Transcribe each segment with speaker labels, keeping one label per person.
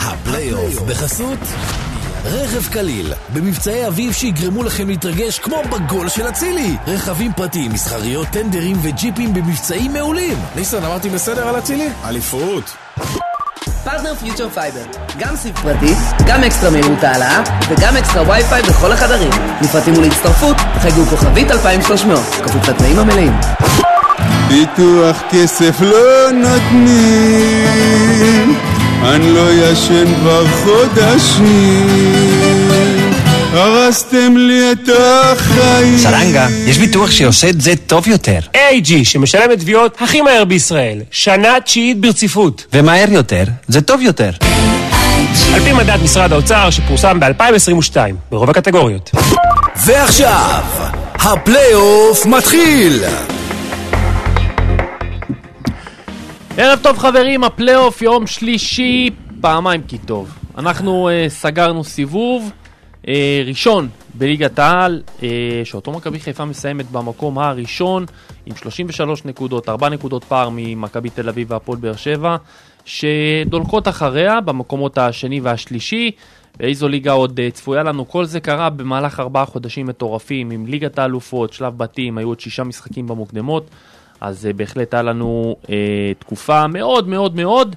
Speaker 1: הפלייאוף בחסות רכב קליל, במבצעי אביב שיגרמו לכם להתרגש כמו בגול של אצילי. רכבים פרטיים, מסחריות, טנדרים וג'יפים במבצעים מעולים.
Speaker 2: ניסן, אמרתי בסדר על אצילי? אליפות.
Speaker 3: פרטנר פיוטר פייבר, גם סיב פרטי, גם אקסטרה מהירות העלאה וגם אקסטרה וי-פיי בכל החדרים. לפרטים ולהצטרפות, חייגו כוכבית 2300, כפוף לתנאים המלאים.
Speaker 4: ביטוח כסף לא נותנים, אני לא ישן כבר חודשים, הרסתם לי את החיים.
Speaker 5: סרנגה, יש ביטוח שעושה את זה טוב יותר.
Speaker 6: AIG, שמשלם את תביעות הכי מהר בישראל, שנה תשיעית ברציפות.
Speaker 5: ומהר יותר, זה טוב יותר.
Speaker 6: על פי מדד משרד האוצר, שפורסם ב-2022, ברוב הקטגוריות.
Speaker 1: ועכשיו, הפלייאוף מתחיל!
Speaker 7: ערב טוב חברים, הפלייאוף יום שלישי, פעמיים כי טוב. אנחנו uh, סגרנו סיבוב uh, ראשון בליגת העל, uh, שאותו מכבי חיפה מסיימת במקום הראשון עם 33 נקודות, 4 נקודות פער ממכבי תל אביב והפועל באר שבע, שדולקות אחריה במקומות השני והשלישי. איזו ליגה עוד אה, צפויה לנו? כל זה קרה במהלך ארבעה חודשים מטורפים עם ליגת האלופות, שלב בתים, היו עוד שישה משחקים במוקדמות, אז אה, בהחלט היה לנו אה, תקופה מאוד מאוד מאוד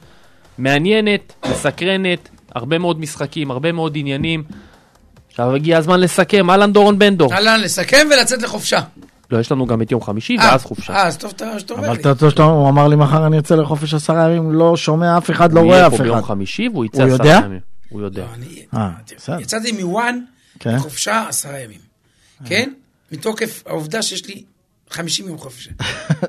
Speaker 7: מעניינת, מסקרנת, הרבה מאוד משחקים, הרבה מאוד עניינים. עכשיו הגיע הזמן לסכם, אהלן דורון בן דור.
Speaker 8: אהלן, לסכם ולצאת לחופשה.
Speaker 7: לא, יש לנו גם את יום חמישי
Speaker 8: אה,
Speaker 7: ואז חופשה.
Speaker 8: אה, אז טוב אתה- שאתה אומר
Speaker 9: אבל
Speaker 8: לי.
Speaker 9: אתה יודע שאתה- הוא אמר לי מחר אני יוצא לחופש עשרה ימים, לא שומע אף אחד, לא
Speaker 7: הוא
Speaker 9: רואה
Speaker 7: יהיה
Speaker 9: אף
Speaker 7: פה ביום
Speaker 9: אחד.
Speaker 7: חמישי והוא יצא
Speaker 9: הוא
Speaker 7: עשרה
Speaker 9: יודע?
Speaker 7: ימים. הוא יודע.
Speaker 8: אני-
Speaker 9: אה, בסדר.
Speaker 8: יצאתי מוואן
Speaker 9: כן.
Speaker 8: לחופשה עשרה ימים, כן? מתוקף העובדה שיש לי 50 יום חופשה.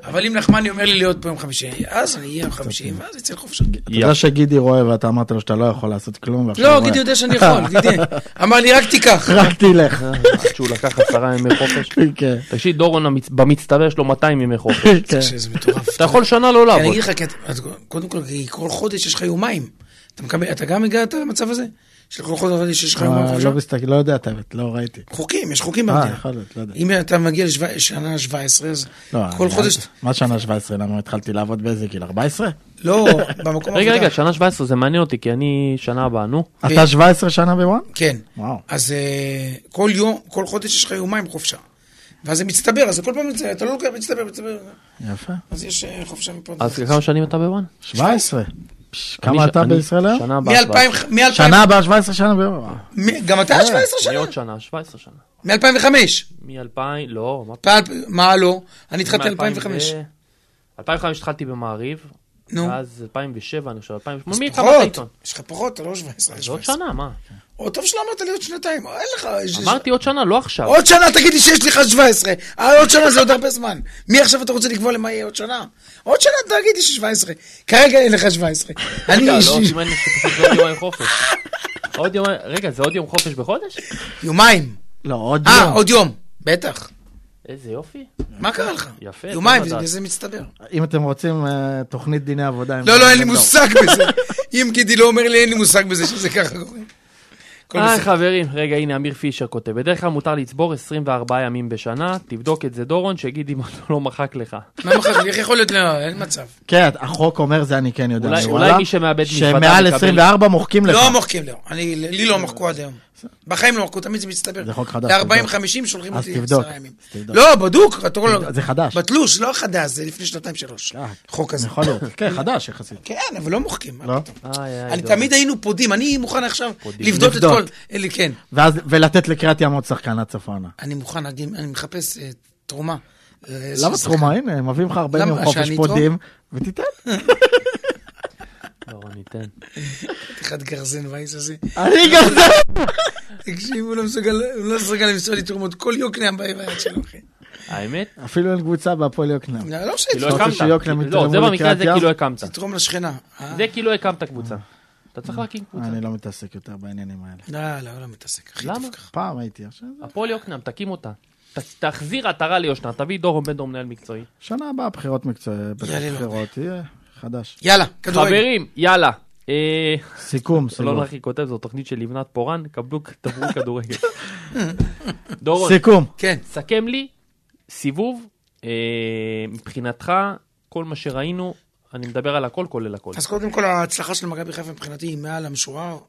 Speaker 8: אבל אם נחמני אומר לי להיות פה יום חמישי, אז אני אהיה יום חמישי, ואז אצא לחופשה.
Speaker 9: אתה יודע שגידי רואה ואתה אמרת לו שאתה לא יכול לעשות כלום, ועכשיו
Speaker 8: לא,
Speaker 9: הוא
Speaker 8: גידי
Speaker 9: רואה.
Speaker 8: יודע שאני יכול, גידי. אמר לי, רק תיקח.
Speaker 9: רק תלך.
Speaker 7: עד שהוא לקח עשרה ימי חופש.
Speaker 9: כן.
Speaker 7: תקשיב, דורון המצ- במצטבר יש לו 200 ימי חופש.
Speaker 9: כן.
Speaker 8: שזה מטורף.
Speaker 7: אתה יכול שנה לא
Speaker 8: אני
Speaker 7: לעבוד.
Speaker 8: אגיד לך, כי אתה- אז קודם כל, כי כל חודש יש לך יומיים. אתה מקבל- אתה גם הגעת למצב הזה? שלכל חודש יש לך יומיים
Speaker 9: לא-
Speaker 8: חופשה?
Speaker 9: לא מסתכל, לא יודע את האמת, לא ראיתי.
Speaker 8: חוקים, יש חוקים
Speaker 9: אה,
Speaker 8: במדינה.
Speaker 9: יכול להיות, לא יודע.
Speaker 8: אם אתה מגיע לשנה 17, אז
Speaker 9: לא,
Speaker 8: כל
Speaker 9: אני-
Speaker 8: חודש...
Speaker 9: מה שנה 17? למה התחלתי לעבוד באיזה גיל? 14?
Speaker 8: לא, במקום
Speaker 7: רגע,
Speaker 8: העבודה.
Speaker 7: רגע, שנה 17 זה מעניין אותי, כי אני שנה הבאה, נו.
Speaker 9: אתה 17 שנה בוואן?
Speaker 8: כן.
Speaker 9: וואו.
Speaker 8: אז אה, כל יום, כל חודש יש לך יומיים חופשה. ואז זה מצטבר, אז זה כל פעם מצטבר, אתה לא לוקח, מצטבר, מצטבר.
Speaker 9: יפה.
Speaker 8: אז יש אה, חופשה מפה.
Speaker 7: אז כמה שנים אתה בוואן?
Speaker 9: 17. פש,
Speaker 7: אני
Speaker 9: כמה
Speaker 7: ש-
Speaker 9: אתה
Speaker 7: אני
Speaker 9: בישראל היום?
Speaker 7: שנה הבאה. 17.
Speaker 8: מ-2000, מ-2000,
Speaker 9: שנה הבאה 17 שנה בוואן.
Speaker 8: מ- גם אתה 17
Speaker 7: אני
Speaker 8: שנה?
Speaker 7: עוד שנה, 17 שנה.
Speaker 8: מ-2005.
Speaker 7: מ-2000, לא, מה
Speaker 8: פעל, מה לא? אני התחלתי
Speaker 7: מ-
Speaker 8: 2005.
Speaker 7: 2005 התחלתי במעריב,
Speaker 8: נו.
Speaker 7: אז 2007, אני חושב, 2008, מי קרא את
Speaker 8: פחות,
Speaker 7: העיתון?
Speaker 8: יש לך פחות, אתה לא 17.
Speaker 7: זה עוד שנה, מה?
Speaker 8: או טוב שלא אמרת לי עוד שנתיים, או, אין לך... יש-
Speaker 7: אמרתי עוד שנה, לא עכשיו.
Speaker 8: עוד שנה תגיד לי שיש לך 17. אה, עוד שנה זה עוד הרבה זמן. מי עכשיו אתה רוצה לקבוע למה יהיה עוד שנה? עוד שנה תגיד לי ש-17. כרגע אין לך 17. אני...
Speaker 7: רגע, לא, אם אין לי שפשוט זה עוד יומיים חופש. עוד יומיים, רגע, זה עוד יום חופש בחודש?
Speaker 8: יומיים.
Speaker 9: לא, עוד
Speaker 8: אה,
Speaker 9: יום.
Speaker 8: עוד יום. בטח.
Speaker 7: איזה יופי.
Speaker 8: מה קרה לך?
Speaker 7: יפה, לא
Speaker 8: יומיים,
Speaker 7: טוב
Speaker 8: זה-
Speaker 7: לדעת.
Speaker 8: זה מצטבר.
Speaker 9: אם אתם רוצים אה, תוכנית דיני עבודה. עם
Speaker 8: לא, לא, אין לי
Speaker 9: בן דור.
Speaker 8: מושג בזה. אם גידי לא אומר לי, אין לי מושג בזה שזה ככה קורה. הכל
Speaker 7: היי
Speaker 8: בסדר.
Speaker 7: אה, חברים, רגע הנה אמיר פישר כותב, בדרך כלל מותר לצבור 24 ימים בשנה, תבדוק את זה דורון, שיגיד אם אתה לא מחק לך.
Speaker 8: מה מחר? איך יכול להיות? לא, אין מצב. כן.
Speaker 9: כן, החוק אומר זה אני כן יודע.
Speaker 7: אולי-
Speaker 9: אני
Speaker 7: אולי
Speaker 9: וואלה,
Speaker 7: מי שמאבד מזוודה
Speaker 9: שמעל
Speaker 7: מקבל-
Speaker 9: 24 מוחקים לך.
Speaker 8: לא מוחקים, לא. אני- לי לא מחקו עד היום. בחיים לא מחקו, תמיד זה מצטבר.
Speaker 9: זה חוק חדש, תבדוק.
Speaker 8: ל-40-50 שולחים
Speaker 9: אז
Speaker 8: אותי
Speaker 9: תבדוק,
Speaker 8: עשרה ימים.
Speaker 9: אז תבדוק.
Speaker 8: לא, בדוק. אתה רואה,
Speaker 9: זה חדש. אה,
Speaker 8: בתלוש, לא חדש, זה לפני שנתיים-שלוש. חוק הזה.
Speaker 9: יכול להיות. כן, חדש יחסית.
Speaker 8: כן, אבל לא מוחקים.
Speaker 9: לא?
Speaker 7: איי, איי,
Speaker 8: אני
Speaker 7: דורון.
Speaker 8: תמיד היינו פודים, אני מוכן עכשיו לבדות את כל...
Speaker 9: לבדוק.
Speaker 8: אלי, כן.
Speaker 9: ואז, ולתת לקריית ים עוד שחקן עד צפונה.
Speaker 8: אני מוכן, אני אני מחפש אה, תרומה. אה,
Speaker 9: למה תרומה? הנה, הם מביאים לך 40
Speaker 8: למה?
Speaker 9: יום חופש
Speaker 8: שאני אתרום?
Speaker 9: פודים, ותיתן.
Speaker 7: דורון, ניתן.
Speaker 8: חתיכת גרזן וייס הזה. לא
Speaker 9: אני גם זה.
Speaker 8: תקשיב, הוא לא מסוגל, הוא לא מסוגל למצוא לי תרומות. כל יוקנעם בא ביד שלו, אחי.
Speaker 7: האמת?
Speaker 9: אפילו אין קבוצה בהפועל יקנעם.
Speaker 8: לא לא
Speaker 7: כי לא
Speaker 8: משנה,
Speaker 9: רוצה
Speaker 7: הקמת.
Speaker 9: שיוקנעם
Speaker 7: לא,
Speaker 9: יתרמו
Speaker 7: זה במקרה
Speaker 9: לקריית
Speaker 7: הזה
Speaker 9: ים?
Speaker 7: כי לא הקמת.
Speaker 8: תתרום לשכנה. אה?
Speaker 7: זה כי לא הקמת קבוצה. אתה צריך להקים קבוצה.
Speaker 9: אני לא מתעסק יותר בעניינים האלה.
Speaker 8: לא, לא, לא מתעסק, אחי.
Speaker 7: למה?
Speaker 9: פעם הייתי עכשיו, זה-
Speaker 7: הפועל יוקנעם, תקים אותה. ת- תחזיר עטרה ליושנה, תביא דורון בן דור מנהל מקצועי.
Speaker 9: שנה הבאה בחירות מקצועיות,
Speaker 8: יעלה לו.
Speaker 9: בחירות, יהיה חדש.
Speaker 8: יאללה, כדורגל.
Speaker 7: חברים, יאללה. אה,
Speaker 9: סיכום,
Speaker 7: לא
Speaker 9: סיכום.
Speaker 7: נכי כותב, זו תוכנית של לבנת פורן, קבלו תבואו כדורגל. דורון,
Speaker 9: סיכום.
Speaker 8: כן.
Speaker 7: סכם לי סיבוב, אה, מבחינתך, כל מה שראינו, אני מדבר על הכל כולל הכל.
Speaker 8: אז קודם כל, ההצלחה של מכבי חיפה מבחינתי היא מעל המשוער,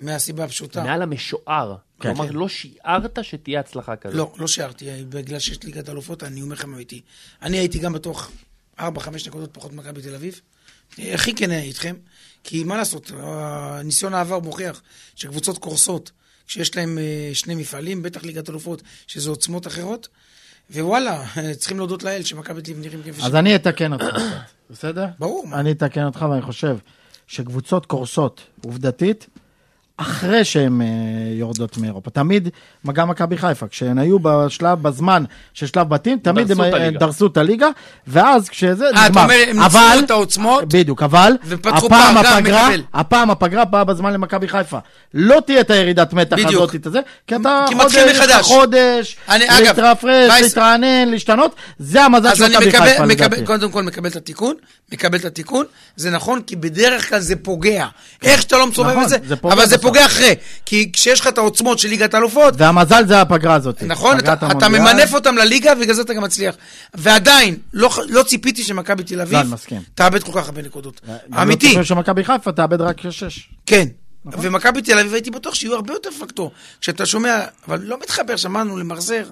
Speaker 8: מהסיבה הפשוטה.
Speaker 7: מעל המשוער.
Speaker 9: כן,
Speaker 7: כלומר,
Speaker 9: כן.
Speaker 7: לא שיערת שתהיה הצלחה כזאת.
Speaker 8: לא, לא שיערתי, בגלל שיש ליגת אלופות, אני אומר לכם אמיתי. אני הייתי גם בתוך 4-5 נקודות פחות ממכבי תל אביב. אני הכי כן איתכם, כי מה לעשות, ניסיון העבר מוכיח שקבוצות קורסות כשיש להם אה, שני מפעלים, בטח ליגת אלופות, שזה עוצמות אחרות. ווואלה, צריכים להודות לאל שמכבי תל אביב נראים כפי ש...
Speaker 9: אז אני אתקן אותך קצת, בסדר?
Speaker 8: ברור, מה?
Speaker 9: אני אתקן אותך ואני חושב שקבוצות קורסות עובדתית אחרי שהן אה, יורדות מאירופה. תמיד, גם מכבי חיפה, כשהן היו בשלב, בזמן של שלב בתים, תמיד
Speaker 7: דרסו
Speaker 9: הם
Speaker 7: את
Speaker 9: אה,
Speaker 7: הליגה.
Speaker 9: דרסו את הליגה, ואז כשזה
Speaker 8: אה, אתה אומר, הם ניצלו את העוצמות?
Speaker 9: בדיוק, אבל,
Speaker 8: ופתחו
Speaker 9: הפעם
Speaker 8: פער, גם
Speaker 9: הפגרה,
Speaker 8: מקבל.
Speaker 9: הפעם הפגרה באה בזמן למכבי חיפה. לא תהיה את הירידת מתח
Speaker 8: בדיוק.
Speaker 9: הזאת, את הזה, כי אתה
Speaker 8: כי
Speaker 9: חודש,
Speaker 8: מתחיל מחדש.
Speaker 9: חודש,
Speaker 8: אני- אגב,
Speaker 9: להתרפרש,
Speaker 8: וייס-
Speaker 9: להתרענן, להשתנות, זה המזל
Speaker 8: אז
Speaker 9: של
Speaker 8: אני
Speaker 9: מכבי חיפה
Speaker 8: מקבל,
Speaker 9: לדעתי.
Speaker 8: מקבל, קודם כל מקבל את התיקון, מקבל את התיקון, זה נכון, כי בדרך כלל זה פוגע. איך שאתה לא מסובב
Speaker 9: נכון,
Speaker 8: את זה,
Speaker 9: זה פוגע
Speaker 8: אבל זה
Speaker 9: בסוף.
Speaker 8: פוגע אחרי. כי כשיש לך את העוצמות של ליגת האלופות,
Speaker 9: והמזל זה הפגרה הזאת.
Speaker 8: נכון, אתה,
Speaker 9: פגרת
Speaker 8: אתה
Speaker 9: המונדיאל.
Speaker 8: ממנף אותם לליגה, ובגלל זה אתה גם מצליח. ועדיין, לא, ח- לא ציפיתי שמכבי תל
Speaker 9: לא,
Speaker 8: אביב
Speaker 9: אני מסכים.
Speaker 8: תאבד כל כך הרבה נקודות.
Speaker 9: גם לא
Speaker 8: אמיתי,
Speaker 9: חושב שמכבי חיפה תאבד רק שש.
Speaker 8: כן.
Speaker 9: נכון.
Speaker 8: ומכבי תל אביב, הייתי בטוח שיהיו הרבה יותר פקטור. כשאתה שומע, אבל לא מתחבר, שמענו למחזר.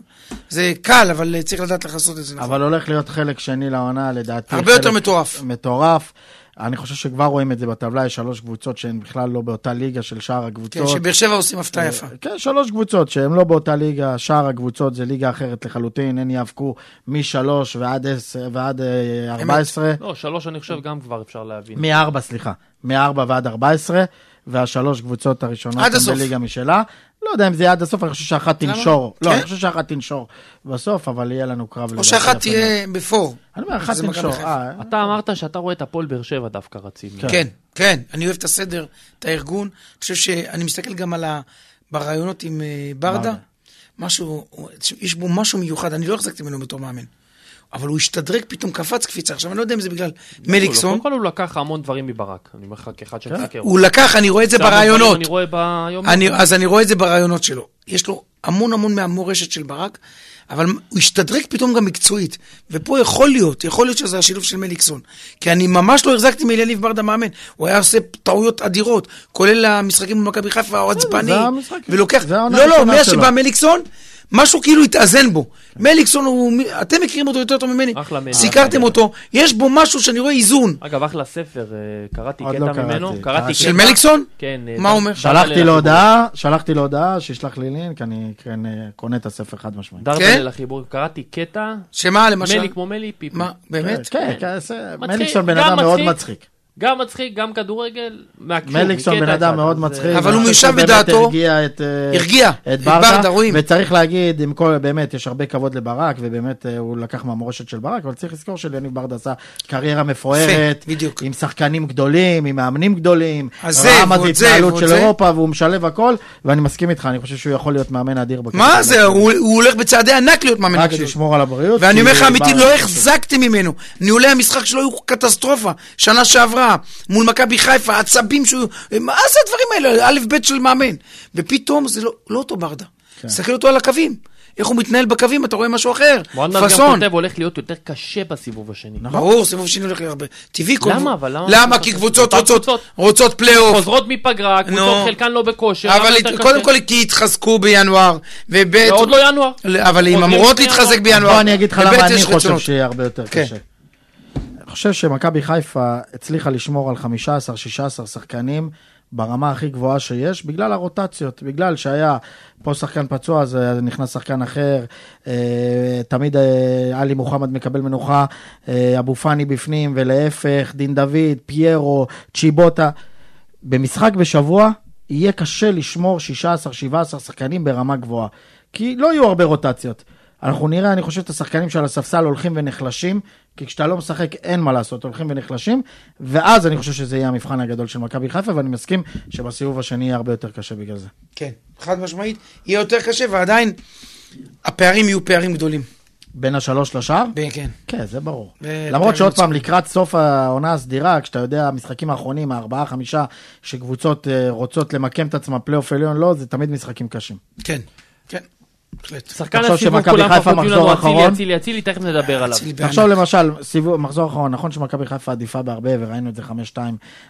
Speaker 8: זה קל, אבל אה, צריך לדעת איך לעשות את זה נכון.
Speaker 9: אבל הולך להיות חלק שני לעונה, לדעתי.
Speaker 8: הרבה יותר
Speaker 9: חלק
Speaker 8: מטורף.
Speaker 9: מטורף. אני חושב שכבר רואים את זה בטבלה, יש שלוש קבוצות שהן בכלל לא באותה ליגה של שאר
Speaker 8: כן,
Speaker 9: הקבוצות.
Speaker 8: שבאר שבע עושים הפתעה יפה.
Speaker 9: כן, שלוש קבוצות שהן לא באותה ליגה, שאר הקבוצות זה ליגה אחרת לחלוטין, הן יאבקו משלוש ועד עשר- ועד אה, ארבע עשרה.
Speaker 7: לא, שלוש אני חושב גם כבר אפשר להבין.
Speaker 9: מארבע, סליחה. מארבע ועד ארבע עשרה, והשלוש קבוצות הראשונות
Speaker 8: עד
Speaker 9: הן
Speaker 8: הסוף.
Speaker 9: בליגה משלה. לא יודע אם זה יהיה עד הסוף, אני חושב שאחת
Speaker 8: למה?
Speaker 9: תנשור. לא,
Speaker 8: כן?
Speaker 9: אני חושב שאחת תנשור בסוף, אבל יהיה לנו קרב
Speaker 8: או
Speaker 9: לדעתי
Speaker 8: שאחת
Speaker 9: יפה מאוד.
Speaker 8: תהיה בפור.
Speaker 9: אני אומר, אחת
Speaker 8: זה מכבי
Speaker 9: תנשור.
Speaker 8: חיפה.
Speaker 9: אה,
Speaker 7: אתה אמרת שאתה רואה את הפועל באר שבע דווקא רצים. כאילו,
Speaker 8: כן, כן, אני אוהב את הסדר, את הארגון. אני חושב שאני מסתכל גם על ה... ברעיונות עם אה, ברדה,
Speaker 9: ברדה.
Speaker 8: משהו, הוא- יש בו משהו מיוחד, אני לא החזקתי ממנו בתור מאמן. אבל הוא השתדרג, פתאום קפץ קפיצה. עכשיו, אני לא יודע אם זה בגלל מליקסון.
Speaker 7: קודם כל הוא לקח המון דברים מברק. אני אומר לך כאחד
Speaker 9: כן?
Speaker 7: שמסקר.
Speaker 8: הוא לקח, אני רואה את זה ברעיונות.
Speaker 7: אני רואה ביום.
Speaker 8: אני, אז אני רואה את זה ברעיונות שלו. יש לו המון המון מהמורשת של ברק, אבל הוא השתדרג פתאום גם מקצועית. ופה יכול להיות, יכול להיות שזה השילוב של מליקסון. כי אני ממש לא החזקתי מאליניב ברדה מאמן. הוא היה עושה טעויות אדירות, כולל המשחקים במכבי חיפה, הוא עצבני,
Speaker 9: המשחק,
Speaker 8: ולוקח...
Speaker 9: זה העונה
Speaker 8: לא, לא,
Speaker 9: הראשונה
Speaker 8: מאז
Speaker 9: שלו.
Speaker 8: שבא מליקסון, משהו כאילו התאזן בו. מליקסון הוא... מי- אתם מכירים אותו יותר טוב ממני.
Speaker 7: אחלה מלך.
Speaker 8: סיקרתם אותו, יש בו משהו שאני רואה איזון.
Speaker 7: אגב, אחלה ספר, אה, קראתי
Speaker 9: עוד
Speaker 7: קטע
Speaker 9: לא קראתי.
Speaker 7: ממנו.
Speaker 9: קראתי.
Speaker 7: קראתי
Speaker 8: של
Speaker 7: קטע.
Speaker 8: מליקסון?
Speaker 7: כן. אה,
Speaker 8: מה
Speaker 7: דם-
Speaker 8: הוא אומר?
Speaker 7: דם
Speaker 9: שלחתי
Speaker 7: הלל
Speaker 9: לו
Speaker 7: החיבור.
Speaker 9: הודעה, שלחתי לו הודעה, שישלח לי לינק, אני כן, אה, קונה את הספר חד משמעית.
Speaker 7: דם
Speaker 8: כן?
Speaker 7: הלל החיבור. קראתי קטע,
Speaker 8: שמה למשל?
Speaker 7: מלי כמו מלי, פיפי.
Speaker 8: מה, באמת?
Speaker 9: כן, כן, זה-
Speaker 7: מצחיק,
Speaker 9: מליקסון בן
Speaker 7: גם
Speaker 9: אדם מאוד
Speaker 7: מצחיק.
Speaker 9: מצחיק.
Speaker 7: גם מצחיק, גם כדורגל. מהקישור,
Speaker 9: מליקסון
Speaker 7: מקטע
Speaker 9: בן אדם
Speaker 7: כן, אחד,
Speaker 9: מאוד
Speaker 7: אז,
Speaker 9: מצחיק.
Speaker 7: אה,
Speaker 8: אבל הוא
Speaker 9: אני חושב
Speaker 8: מיושב
Speaker 9: שהוא
Speaker 8: בדעתו.
Speaker 9: באמת הרגיע את, אה,
Speaker 8: הרגיע,
Speaker 9: את
Speaker 8: את
Speaker 9: ברדה,
Speaker 8: ברדה, רואים.
Speaker 9: וצריך להגיד, עם כל, באמת, יש הרבה כבוד לברק, ובאמת אה, הוא לקח מהמורשת של ברק, אבל צריך לזכור שליניב ברדה עשה קריירה מפוארת,
Speaker 8: יפה, בדיוק.
Speaker 9: עם שחקנים גדולים, עם מאמנים גדולים,
Speaker 8: אז זה,
Speaker 9: ראה מה
Speaker 8: ועוד זה,
Speaker 9: התנהלות
Speaker 8: ועוד
Speaker 9: של
Speaker 8: זה.
Speaker 9: אירופה, והוא משלב הכל, ואני מסכים איתך, אני חושב שהוא יכול להיות מאמן אדיר בכלל.
Speaker 8: מה זה, הוא הוא הולך בצעדי ענק להיות מאמן
Speaker 9: רק
Speaker 8: גדול.
Speaker 9: שישמור על הבריאות.
Speaker 8: ואני
Speaker 9: כי
Speaker 8: אומר לך אמיתי,
Speaker 9: ברדה-
Speaker 8: לא החזקתי ממנו. ניהולי המשחק שלו היו קטסטרופה. שנה שעברה, מול מכבי חיפה, עצבים שהוא... מה זה הדברים האלה? א' ב' של מאמן. ופתאום זה לא- לא אותו ברדה.
Speaker 9: כן.
Speaker 8: תסתכל אותו על הקווים. איך הוא מתנהל בקווים, אתה רואה משהו אחר.
Speaker 7: מועד נאס גם
Speaker 8: פאסון.
Speaker 7: כותב, הולך להיות יותר קשה בסיבוב השני.
Speaker 9: נכון.
Speaker 8: ברור, סיבוב שני הולך להיות הרבה. טבעי כל...
Speaker 7: למה, אבל למה-
Speaker 8: למה? כי קבוצות
Speaker 7: אותן
Speaker 8: רוצות-
Speaker 7: קבוצות.
Speaker 8: רוצות פלייאוף.
Speaker 7: חוזרות מפגרה, קבוצות
Speaker 8: נו.
Speaker 7: חלקן לא בכושר.
Speaker 8: אבל
Speaker 7: למה
Speaker 8: הת-
Speaker 7: יותר
Speaker 8: קודם
Speaker 7: קשה?
Speaker 8: כל, כי התחזקו בינואר. וב'
Speaker 7: ועוד לא ינואר.
Speaker 8: אבל הן
Speaker 7: עוד
Speaker 8: אמורות
Speaker 7: לפני
Speaker 8: להתחזק
Speaker 7: ינואר.
Speaker 8: בינואר.
Speaker 9: בוא אני אגיד לך
Speaker 8: וב'
Speaker 9: למה אני
Speaker 8: יש
Speaker 9: חושב
Speaker 8: רצונות.
Speaker 9: שיהיה הרבה יותר
Speaker 8: כן.
Speaker 9: קשה. אני חושב שמכבי חיפה הצליחה לשמור על 15-16 שחקנים ברמה הכי גבוהה שיש, בגלל הרוטציות, בגלל שהיה פה שחקן פצוע, אז אה, נכנס שחקן אחר, אה, תמיד אה, עלי מוחמד מקבל מנוחה, אה, אבו פאני בפנים, ולהפך, דין דוד, פיירו, צ'יבוטה. במשחק בשבוע יהיה קשה לשמור 16-17 שחקנים ברמה גבוהה, כי לא יהיו הרבה רוטציות. אנחנו נראה, אני חושב, את השחקנים שעל הספסל הולכים ונחלשים, כי כשאתה לא משחק אין מה לעשות, הולכים ונחלשים, ואז אני חושב שזה יהיה המבחן הגדול של מכבי חיפה, ואני מסכים שבסיבוב השני יהיה הרבה יותר קשה בגלל זה.
Speaker 8: כן, חד משמעית. יהיה יותר קשה, ועדיין הפערים יהיו פערים גדולים.
Speaker 9: בין השלוש לשער?
Speaker 8: ב- כן.
Speaker 9: כן, זה ברור.
Speaker 8: ו-
Speaker 9: למרות שעוד
Speaker 8: מצוין.
Speaker 9: פעם, לקראת סוף העונה הסדירה, כשאתה יודע, המשחקים האחרונים, הארבעה, חמישה, שקבוצות אה, רוצות למקם את עצמן פלייאוף עליון, לא, זה תמיד משחקים קשים.
Speaker 8: כן. כן. בהחלט.
Speaker 7: שחקן
Speaker 9: תחשוב
Speaker 7: הסיבוב
Speaker 9: שמכבי
Speaker 7: כולם
Speaker 9: חיפה
Speaker 7: פחות יהיו לנו
Speaker 9: מחזור
Speaker 7: אצילי,
Speaker 9: אחרון.
Speaker 7: אצילי, אצילי, תכף נדבר עליו. לא,
Speaker 8: אצילי בענק.
Speaker 9: תחשוב למשל, סיבוב, מחזור אחרון, נכון שמכבי חיפה עדיפה בהרבה, וראינו את זה 5-2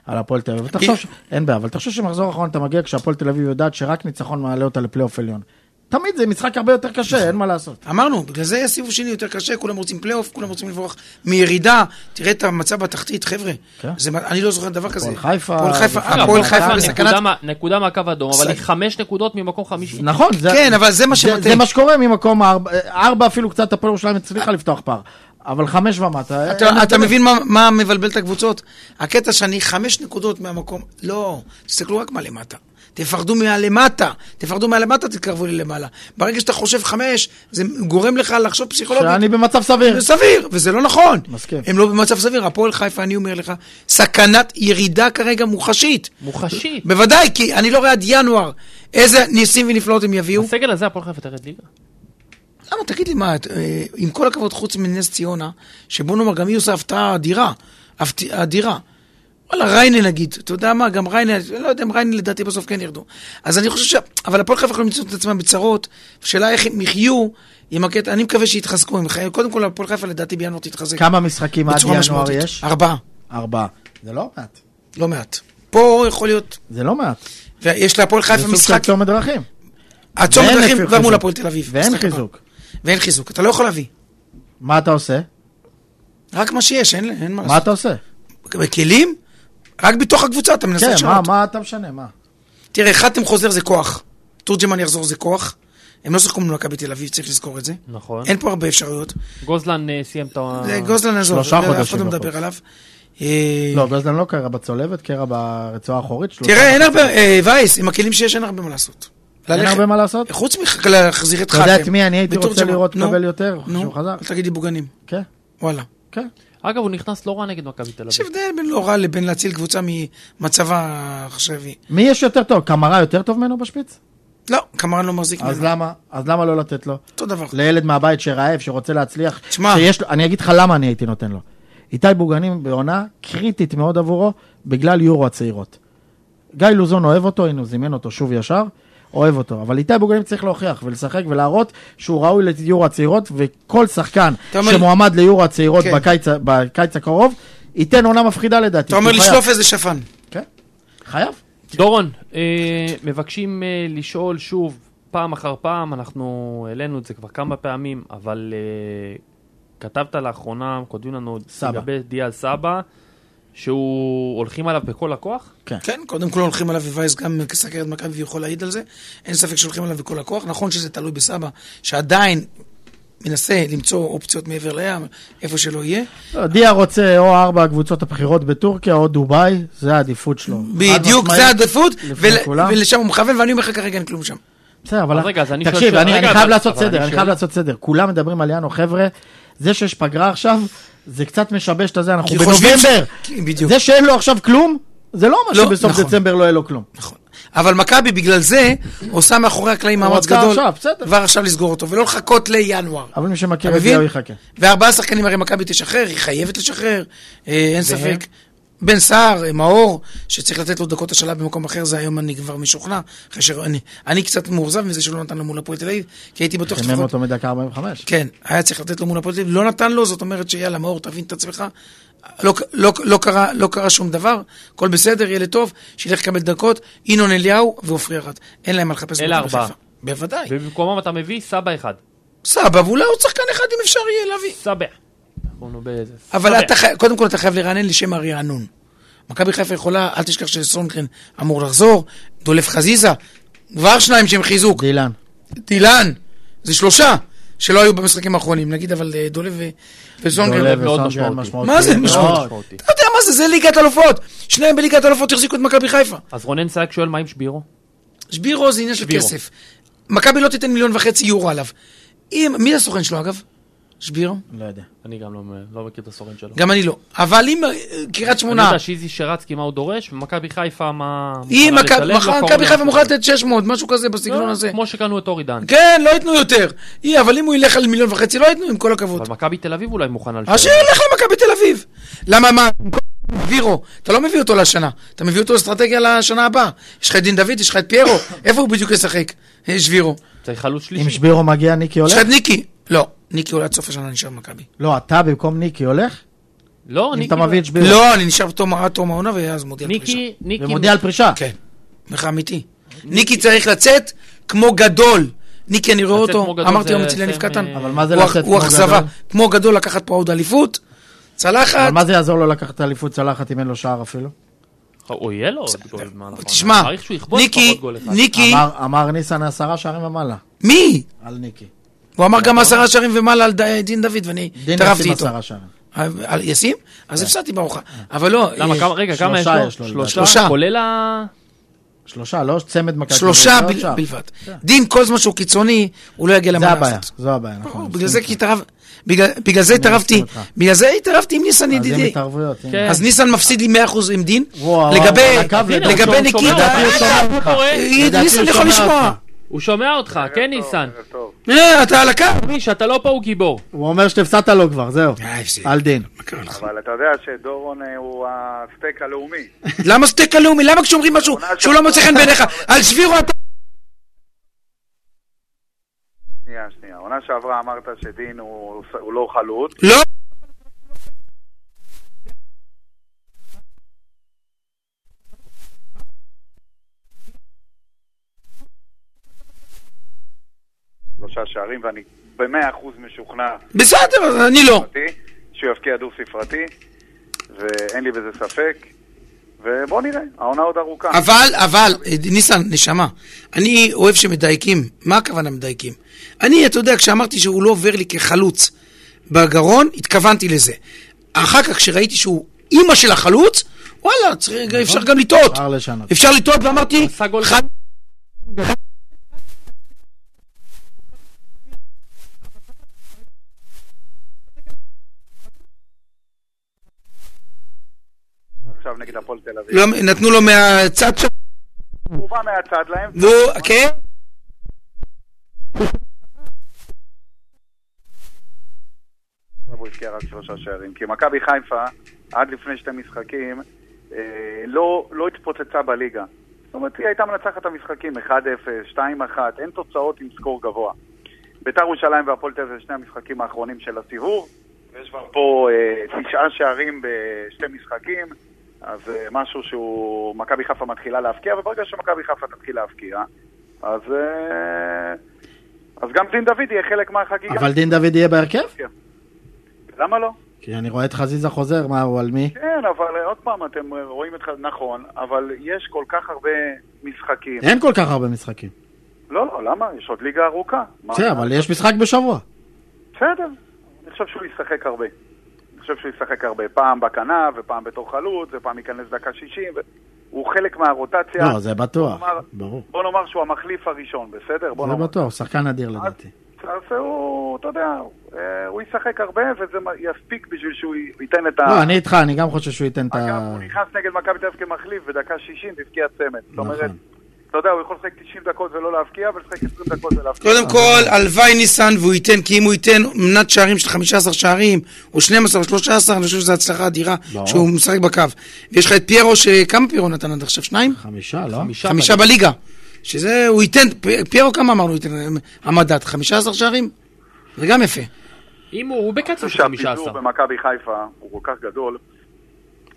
Speaker 9: על הפועל תל אביב, ותחשוב, ש- אין בעיה, אבל תחשוב שמחזור אחרון אתה מגיע כשהפועל תל אביב יודעת שרק ניצחון מעלה אותה לפלייאוף עליון. תמיד זה משחק הרבה יותר קשה, אין מה לעשות.
Speaker 8: אמרנו, בגלל זה הסיבוב שני יותר קשה, כולם רוצים פלייאוף, כולם רוצים לברוח מירידה. תראה את המצב בתחתית, חבר'ה.
Speaker 9: כן.
Speaker 8: זה מה- אני לא זוכר דבר כזה.
Speaker 9: הפועל חיפה,
Speaker 8: הפועל חיפה,
Speaker 9: אגב,
Speaker 8: הפועל
Speaker 9: הפועל
Speaker 8: חיפה
Speaker 7: נקודה
Speaker 8: בסכנת...
Speaker 7: מה- נקודה מהקו האדום, אבל
Speaker 8: סק-
Speaker 7: היא חמש נקודות ממקום חמישי.
Speaker 9: נכון, זה...
Speaker 8: כן, אבל זה מה שמטעה.
Speaker 9: זה מה שקורה ממקום הארבע, ארבע אפילו קצת הפועל ירושלים הצליחה לפתוח פער, אבל חמש ומטה. אין
Speaker 8: אתה, אתה
Speaker 9: הבדל.
Speaker 8: מבין מה, מה מבלבל את הקבוצות? הקטע שאני חמש נקודות מהמקום, לא, תסתכלו רק מהלמטה. תפחדו מהלמטה, תפחדו מהלמטה, תתקרבו ללמעלה. ברגע שאתה חושב חמש, זה גורם לך לחשוב פסיכולוגית.
Speaker 9: שאני במצב סביר.
Speaker 8: זה סביר, וזה לא נכון.
Speaker 9: מסכים.
Speaker 8: הם לא במצב סביר, הפועל חיפה, אני אומר לך, סכנת ירידה כרגע מוחשית.
Speaker 7: מוחשי.
Speaker 8: בוודאי, כי אני לא רואה עד ינואר איזה ניסים ונפלאות הם יביאו.
Speaker 7: בסגל הזה הפועל חיפה תרד ליגה.
Speaker 8: למה, תגיד לי מה, את, אה, עם כל הכבוד, חוץ מנס ציונה, שבוא נאמר, גם היא עושה הפתעה אדירה, הפת- אדירה. וואלה, ריינה נגיד, אתה יודע מה, גם ריינה, אני לא יודע אם ריינה לדעתי בסוף כן ירדו. אז אני חושב ש... אבל הפועל חיפה יכולים למצוא את עצמם בצרות, השאלה איך הם יחיו עם הקטע, אני מקווה שיתחזקו, הם חי- קודם כל הפועל חיפה לדעתי בינואר תתחזק.
Speaker 9: כמה משחקים עד
Speaker 8: בצורה
Speaker 9: ינואר
Speaker 8: משמעותית.
Speaker 9: יש?
Speaker 8: ארבעה,
Speaker 9: ארבעה. זה לא מעט.
Speaker 8: לא מעט. פה יכול להיות,
Speaker 9: זה לא מעט.
Speaker 8: ויש להפועל
Speaker 9: זה
Speaker 8: חיפה
Speaker 9: סוג של
Speaker 8: משחק,
Speaker 9: צומת דרכים.
Speaker 8: הצום
Speaker 9: ואין
Speaker 8: דרכים
Speaker 9: אפילו
Speaker 8: כבר מול
Speaker 9: חיזוק.
Speaker 8: הפועל תל אביב.
Speaker 9: ואין
Speaker 8: משחק הבא.
Speaker 9: חיזוק.
Speaker 8: ואין חיזוק, אתה לא יכול להביא.
Speaker 9: מה אתה עושה?
Speaker 8: רק מה שיש, אין אין מה לעשות.
Speaker 9: מה אתה עושה?
Speaker 8: בכלים, רק בתוך הקבוצה אתה מנסה
Speaker 9: כן,
Speaker 8: לשנות.
Speaker 9: מה, מה אתה משנה? מה?
Speaker 8: תראה, חתם חוזר זה כוח. תורג'מן יחזור זה כוח. הם לא שיחקו מול מכבי תל אביב, צריך לזכור את זה.
Speaker 7: נכון.
Speaker 8: אין פה הרבה אפשרויות.
Speaker 7: גוזלן אה, סיים את ה...
Speaker 8: זה גוזלן עזוב,
Speaker 9: שלושה
Speaker 8: אתה יודע, אף אחד
Speaker 9: חודשים
Speaker 8: לא
Speaker 9: בחוץ.
Speaker 8: מדבר עליו. אה,
Speaker 9: לא, גוזלן לא קרע בצולבת, קרע ברצועה האחורית. שלושה
Speaker 8: תראה, אין
Speaker 9: בצולבת.
Speaker 8: הרבה, אה, וייס, עם הכלים שיש אין הרבה מה לעשות.
Speaker 9: אין
Speaker 8: ללכת.
Speaker 9: הרבה מה לעשות?
Speaker 8: חוץ מלהחזיר את
Speaker 9: אתה
Speaker 8: חתם.
Speaker 9: יודע את מי אני הייתי רוצה
Speaker 8: בתורג'מן.
Speaker 9: לראות
Speaker 8: נו,
Speaker 9: מקבל יותר? שהוא
Speaker 8: נו,
Speaker 9: חזר?
Speaker 8: אל תגיד לי בוגנים.
Speaker 9: כן,
Speaker 8: וואלה.
Speaker 9: כן.
Speaker 7: אגב, הוא נכנס לא רע נגד מכבי תל
Speaker 8: יש
Speaker 7: אביב.
Speaker 8: הבדל בין לא רע לבין להציל קבוצה ממצבה העכשווי.
Speaker 9: מי יש יותר טוב? קמרה יותר טוב ממנו בשפיץ?
Speaker 8: לא, קמרן לא מחזיק
Speaker 9: אז
Speaker 8: ממנו.
Speaker 9: למה? אז למה לא לתת לו?
Speaker 8: אותו דבר.
Speaker 9: לילד מהבית שרעב, שרוצה להצליח.
Speaker 8: תשמע.
Speaker 9: שיש לו, אני אגיד לך למה אני הייתי נותן לו. איתי בוגנים בעונה קריטית מאוד עבורו, בגלל יורו הצעירות. גיא לוזון אוהב אותו, הנה הוא זימן אותו שוב ישר, אוהב אותו. אבל איתי בוגנים צריך להוכיח ולשחק ולהראות שהוא ראוי ליורו הצעירות, וכל שחקן
Speaker 8: אתה אומר-
Speaker 9: שמועמד ליורו הצעירות
Speaker 8: כן.
Speaker 9: בקיץ, ה- בקיץ הקרוב, ייתן עונה מפחידה לדעתי.
Speaker 8: אתה אומר
Speaker 9: כי הוא חייב.
Speaker 8: לשלוף איזה שפן.
Speaker 9: כן, חייב.
Speaker 7: דורון, אה, מבקשים אה, לשאול שוב, פעם אחר פעם, אנחנו העלינו את זה כבר כמה פעמים, אבל אה, כתבת לאחרונה, כותבים לנו
Speaker 9: סבא.
Speaker 7: לגבי דיאל סבא, שהוא הולכים עליו בכל הכוח?
Speaker 8: כן, קודם כל הולכים עליו ווייס גם כסכרת מכבי ויכול להעיד על זה. אין ספק שהולכים עליו בכל הכוח. נכון שזה תלוי בסבא, שעדיין מנסה למצוא אופציות מעבר לים, איפה שלא יהיה.
Speaker 9: לא, דיה רוצה או ארבע הקבוצות הבכירות בטורקיה או דובאי, זה העדיפות שלו.
Speaker 8: בדיוק,
Speaker 9: חד-משמעית.
Speaker 8: זה העדיפות,
Speaker 9: לפני
Speaker 8: ול-
Speaker 9: כולם.
Speaker 8: ולשם הוא מכוון, ואני אומר לך כרגע אין כלום שם.
Speaker 9: בסדר, אבל...
Speaker 7: אז רגע, אז אני שואל
Speaker 9: תקשיב,
Speaker 7: שאלה-
Speaker 9: אני
Speaker 7: רגע,
Speaker 9: אני חייב
Speaker 7: אבל-
Speaker 9: לעשות
Speaker 7: אבל אני
Speaker 9: סדר, אני
Speaker 7: שואל-
Speaker 9: חייב לעשות סדר. כולם מדברים על ינואר, חבר'ה, זה שיש פגרה עכשיו, זה קצת משבש את הזה, אנחנו
Speaker 8: כי חושבים ש-
Speaker 9: בנובמבר.
Speaker 8: כן, בדיוק.
Speaker 9: זה שאין לו עכשיו כלום, זה לא אומר
Speaker 8: לא,
Speaker 9: שבסוף
Speaker 8: נכון.
Speaker 9: דצמבר לא יהיה לו כלום.
Speaker 8: נכון. אבל מכבי בגלל זה עושה מאחורי הקלעים מאמץ
Speaker 9: רצה
Speaker 8: גדול.
Speaker 9: עכשיו, בסדר.
Speaker 8: כבר עכשיו לסגור אותו, ולא לחכות לינואר.
Speaker 9: אבל מי שמכיר
Speaker 8: אתה
Speaker 9: את זה,
Speaker 8: מבין?
Speaker 9: הוא יחכה.
Speaker 8: וארבעה שחקנים הרי מכבי תשחרר, היא חייבת לשחרר, אה, אין ספק. בן סער, אה, מאור, שצריך לתת לו דקות השאלה במקום אחר, זה היום אני כבר משוכנע. אחרי ש... אני, אני קצת מאוכזב מזה שלא נתן לו מול הפועל תל אביב, כי הייתי בטוח
Speaker 9: חימם אותו מדקה 45.
Speaker 8: כן, היה צריך לתת לו מול הפועל תל אביב, לא נתן לו, זאת אומרת שיאללה, מאור, תבין את עצמך. לא, לא, לא, קרה, לא קרה שום דבר, הכל בסדר, ילד טוב, שילך לקבל דקות, ינון אליהו ועופרי ארד. אין להם מה לחפש.
Speaker 7: אלה
Speaker 8: במכבי
Speaker 7: ארבעה.
Speaker 8: חיפה. בוודאי.
Speaker 7: ובמקומם אתה מביא סבא אחד.
Speaker 8: סבא, ואולי עוד שחקן אחד אם אפשר יהיה להביא.
Speaker 7: סבא. אנחנו באיזה-
Speaker 8: אבל
Speaker 7: סבא.
Speaker 8: אתה חי... קודם כל אתה חייב לרענן לשם הרענון. מכבי חיפה יכולה, אל תשכח שסונגרן אמור לחזור, דולף חזיזה, כבר שניים שהם חיזוק,
Speaker 9: דילן.
Speaker 8: טילן, זה שלושה שלא היו במשחקים האחרונים, נגיד אבל אה, דולף ו-
Speaker 9: דולב
Speaker 8: וסונגרן.
Speaker 7: מאוד
Speaker 9: וסונגרן
Speaker 7: משמעותי.
Speaker 9: משמעותי.
Speaker 8: מה זה
Speaker 9: מאוד.
Speaker 8: משמעות? אתה יודע מה זה, זה ליגת אלופות, שניהם בליגת אלופות החזיקו את מכבי חיפה.
Speaker 7: אז רונן סייק שואל מה עם שבירו?
Speaker 8: שבירו זה עניין של
Speaker 7: שבירו.
Speaker 8: כסף. מכבי לא תיתן מיליון וחצי יורו עליו. אם, מי הסוכן שלו אגב? שבירו?
Speaker 9: לא יודע.
Speaker 7: אני גם לא, לא מכיר את הסוכן שלו.
Speaker 8: גם אני לא. אבל אם אה, קריית
Speaker 7: אני
Speaker 8: שמונה...
Speaker 7: יודע שאיזי שרצקי מה הוא דורש, ומכבי חיפה מה...
Speaker 8: אם
Speaker 7: מוכנה
Speaker 8: מכבי-
Speaker 7: לשלם, לא
Speaker 8: מחר
Speaker 7: קרוב
Speaker 8: מכבי חיפה
Speaker 7: לעשרה.
Speaker 8: מוכן לתת 600, משהו כזה
Speaker 7: לא,
Speaker 8: בסגנון הזה.
Speaker 7: כמו שקנו את אורי דן.
Speaker 8: כן, לא ייתנו יותר. אי, אבל אם הוא ילך על מיליון וחצי, לא ייתנו, עם כל הכבוד.
Speaker 7: אבל מכבי תל אביב אולי מוכנה לשלם.
Speaker 8: אז שילך למכבי תל אביב. למה, מה, עם כל
Speaker 1: גבירו, אתה לא מביא אותו לשנה, אתה מביא אותו לאסטרטגיה לשנה הבאה. יש לך את דין דוד, יש לך את פיירו, איפה הוא בדיוק ישחק? אה, שבירו.
Speaker 7: צריך חלוץ
Speaker 9: אם
Speaker 7: שלישי.
Speaker 9: שבירו מגיע, ניקי
Speaker 1: יש
Speaker 9: הולך?
Speaker 1: לך את ניקי. לא, ניקי אולי עד סוף השנה נשאר במכבי.
Speaker 9: לא, אתה במקום ניקי הולך?
Speaker 7: לא,
Speaker 9: אם
Speaker 7: ניקי...
Speaker 9: אתה מביא את שבירו.
Speaker 1: לא, אני נשאר בתום עד תום העונה ואז מודיע על פרישה.
Speaker 7: ניקי, ניקי...
Speaker 9: ומודיע על פרישה.
Speaker 1: כן, מחאה אמיתי. ניקי צריך לצאת כמו גדול. ניקי, אני רואה
Speaker 7: לצאת
Speaker 1: אותו,
Speaker 7: כמו גדול
Speaker 1: אמרתי
Speaker 7: זה
Speaker 1: היום אצל יניב
Speaker 7: שם,
Speaker 1: קטן,
Speaker 7: אה,
Speaker 9: אבל מה זה
Speaker 1: הוא-
Speaker 9: לצאת
Speaker 1: הוא
Speaker 9: כמו
Speaker 1: אכזבה.
Speaker 9: גדול?
Speaker 1: כמו גדול לקחת פה עוד אליפות, צלחת,
Speaker 9: אבל מה זה יעזור לו לקחת אליפות צלחת אם אין לו שער אפילו?
Speaker 7: או יהיה לו עוד גול במהלך העונה.
Speaker 1: תשמע,
Speaker 7: מעריך שהוא יכבוש
Speaker 1: ניקי,
Speaker 7: לפחות גול אחד.
Speaker 1: ניקי,
Speaker 9: אמר- אמר ניסן עשרה שערים ומעלה
Speaker 1: מי?
Speaker 9: על ניקי.
Speaker 1: הוא אמר גם עשרה שערים ומעלה על ד- דין דוד, ואני
Speaker 9: דין
Speaker 1: טרפתי
Speaker 9: ישים
Speaker 1: איתו.
Speaker 9: עשרה שערים.
Speaker 1: על- על ישים? אז הפסדתי בארוחה. אבל לא,
Speaker 7: למה,
Speaker 1: אה,
Speaker 7: כמה, רגע, כמה יש
Speaker 9: שלושה יש
Speaker 7: לו?
Speaker 9: לו,
Speaker 1: שלושה.
Speaker 7: כולל ה...
Speaker 9: שלושה, לא צמד מכבי.
Speaker 1: שלושה
Speaker 9: זה עוד
Speaker 1: בל-
Speaker 9: שער.
Speaker 1: בלבד. דין, כל זמן שהוא קיצוני, הוא לא יגיע
Speaker 9: זה
Speaker 1: למעלה.
Speaker 9: הבעיה,
Speaker 1: הזאת.
Speaker 9: זו הבעיה, נכון.
Speaker 1: ברור,
Speaker 9: מסכים
Speaker 1: בגלל זה
Speaker 9: איתך.
Speaker 1: כי התערב- בגלל- בגלל זה התערבתי,
Speaker 9: מסכים איתך.
Speaker 1: בגלל זה התערבתי עם ניסן
Speaker 9: אז עם
Speaker 1: ידידי.
Speaker 9: התערבויות. הנה.
Speaker 7: כן.
Speaker 1: אז ניסן מפסיד לי 100% עם דין.
Speaker 9: וואו,
Speaker 1: לגבי
Speaker 9: על הקו,
Speaker 7: הנה, הוא
Speaker 1: לגבי
Speaker 7: שומע-
Speaker 1: ניקיטה,
Speaker 7: לדעתי הוא שומע אותך.
Speaker 1: אה,
Speaker 9: לדעתי
Speaker 1: ניסן
Speaker 9: הוא
Speaker 1: יכול
Speaker 9: שומע
Speaker 1: לשמוע.
Speaker 9: אותך.
Speaker 7: הוא שומע אותך, כן ניסן?
Speaker 1: אה, אתה על הקו.
Speaker 7: תבין שאתה לא פה הוא גיבור.
Speaker 9: הוא אומר שהפסדת לו כבר, זהו.
Speaker 1: אה, הפסיד.
Speaker 9: על דין.
Speaker 8: אבל אתה יודע שדורון אה, הוא הסטייק הלאומי.
Speaker 1: למה סטייק הלאומי? למה כשאומרים משהו שהוא לא מוצא חן בעיניך? על שבירו אתה...
Speaker 8: שנייה, שנייה. עונה שעברה אמרת שדין הוא הוא לא חלוץ.
Speaker 1: לא.
Speaker 8: שלושה שערים, ואני במאה אחוז משוכנע
Speaker 1: בסדר, אז אני לא.
Speaker 4: אוקיי.
Speaker 8: ספרתי, שהוא יבקיע דו ספרתי, ואין לי בזה ספק. ובוא נראה, העונה עוד ארוכה.
Speaker 1: אבל, אבל, אה, ניסן, נשמה, אני אוהב שמדייקים. מה הכוונה מדייקים? אני, אתה יודע, כשאמרתי שהוא לא עובר לי כחלוץ בגרון, התכוונתי לזה. אחר כך, כשראיתי שהוא אימא של החלוץ, וואלה, צריך- אפשר גם לטעות.
Speaker 9: אפשר לשנות.
Speaker 1: אפשר לטעות, ואמרתי,
Speaker 7: עשה גול
Speaker 1: חד-
Speaker 8: עכשיו נגד הפועל תל אביב.
Speaker 1: לא, נתנו לו מהצד שם,
Speaker 8: הוא בא מהצד להם,
Speaker 1: והוא, כן?
Speaker 8: והוא הבקיע רק שלושה שערים. כי מכבי חיפה, עד לפני שתי משחקים, אה, לא לא התפוצצה בליגה. זאת אומרת, היא הייתה מנצחת את המשחקים 1-0, 2-1, אין תוצאות עם סקור גבוה. ביתר ירושלים והפועל תל אביב זה שני המשחקים האחרונים של הסיבוב. יש כבר פה אה, תשעה שערים בשתי משחקים, אז אה, משהו שהוא... מכבי חיפה מתחילה להבקיע, וברגע שמכבי חיפה תתחיל להבקיע, אז... אה, אז גם דין דוד יהיה חלק מהחגיגה.
Speaker 9: אבל דין דוד יהיה בהרכב?
Speaker 8: למה לא?
Speaker 9: כי אני רואה את חזיזה חוזר, מה הוא על מי?
Speaker 8: כן, אבל עוד פעם, אתם רואים את... נכון, אבל יש כל כך הרבה משחקים.
Speaker 9: אין כל כך הרבה משחקים.
Speaker 8: לא, לא, למה? יש עוד ליגה ארוכה. מה-
Speaker 9: בסדר, אבל יש משחק בשבוע.
Speaker 8: בסדר. אני חושב שהוא ישחק הרבה. אני חושב שהוא ישחק הרבה. פעם בכנף, ופעם בתור חלוץ, ופעם ייכנס דקה שישים. ו... הוא חלק מהרוטציה.
Speaker 9: לא, זה בטוח.
Speaker 8: כלומר-
Speaker 9: ברור.
Speaker 8: בוא נאמר שהוא המחליף הראשון, בסדר? בוא
Speaker 9: זה
Speaker 8: נאמר.
Speaker 9: בטוח, הוא שחקן אדיר לדעתי.
Speaker 8: אז הוא, אתה יודע, אה, הוא ישחק הרבה, וזה מ- יספיק בשביל שהוא י- ייתן את ה...
Speaker 9: לא, אני איתך, אני גם חושב שהוא ייתן את
Speaker 8: אגב,
Speaker 9: ה...
Speaker 8: הוא נכנס נגד מכבי תל אביב כמחליף, בדקה 60 והבקיע צמד. זאת אומרת,
Speaker 9: נכון.
Speaker 8: אתה יודע, הוא יכול לשחק 90 דקות ולא להבקיע, ולשחק 20 דקות ולהבקיע.
Speaker 1: קודם כל, הלוואי ניסן והוא ייתן, כי אם הוא ייתן מנת שערים של 15 שערים, או 12 או 13, אני חושב שזו הצלחה אדירה,
Speaker 9: ברור.
Speaker 1: שהוא משחק בקו. ויש לך את פיירו, שכמה פיירו נתן עד עכשיו? שניים?
Speaker 9: חמישה, לא?
Speaker 1: חמישה בליגה. שזה, הוא ייתן, פ- פיירו כמה אמרנו, ייתן אה, המדד? 15 שערים? זה גם יפה.
Speaker 7: אם הוא הוא בקצב של
Speaker 8: אני חושב
Speaker 7: 15.
Speaker 8: שהפיזור במכבי חיפה הוא כל כך גדול,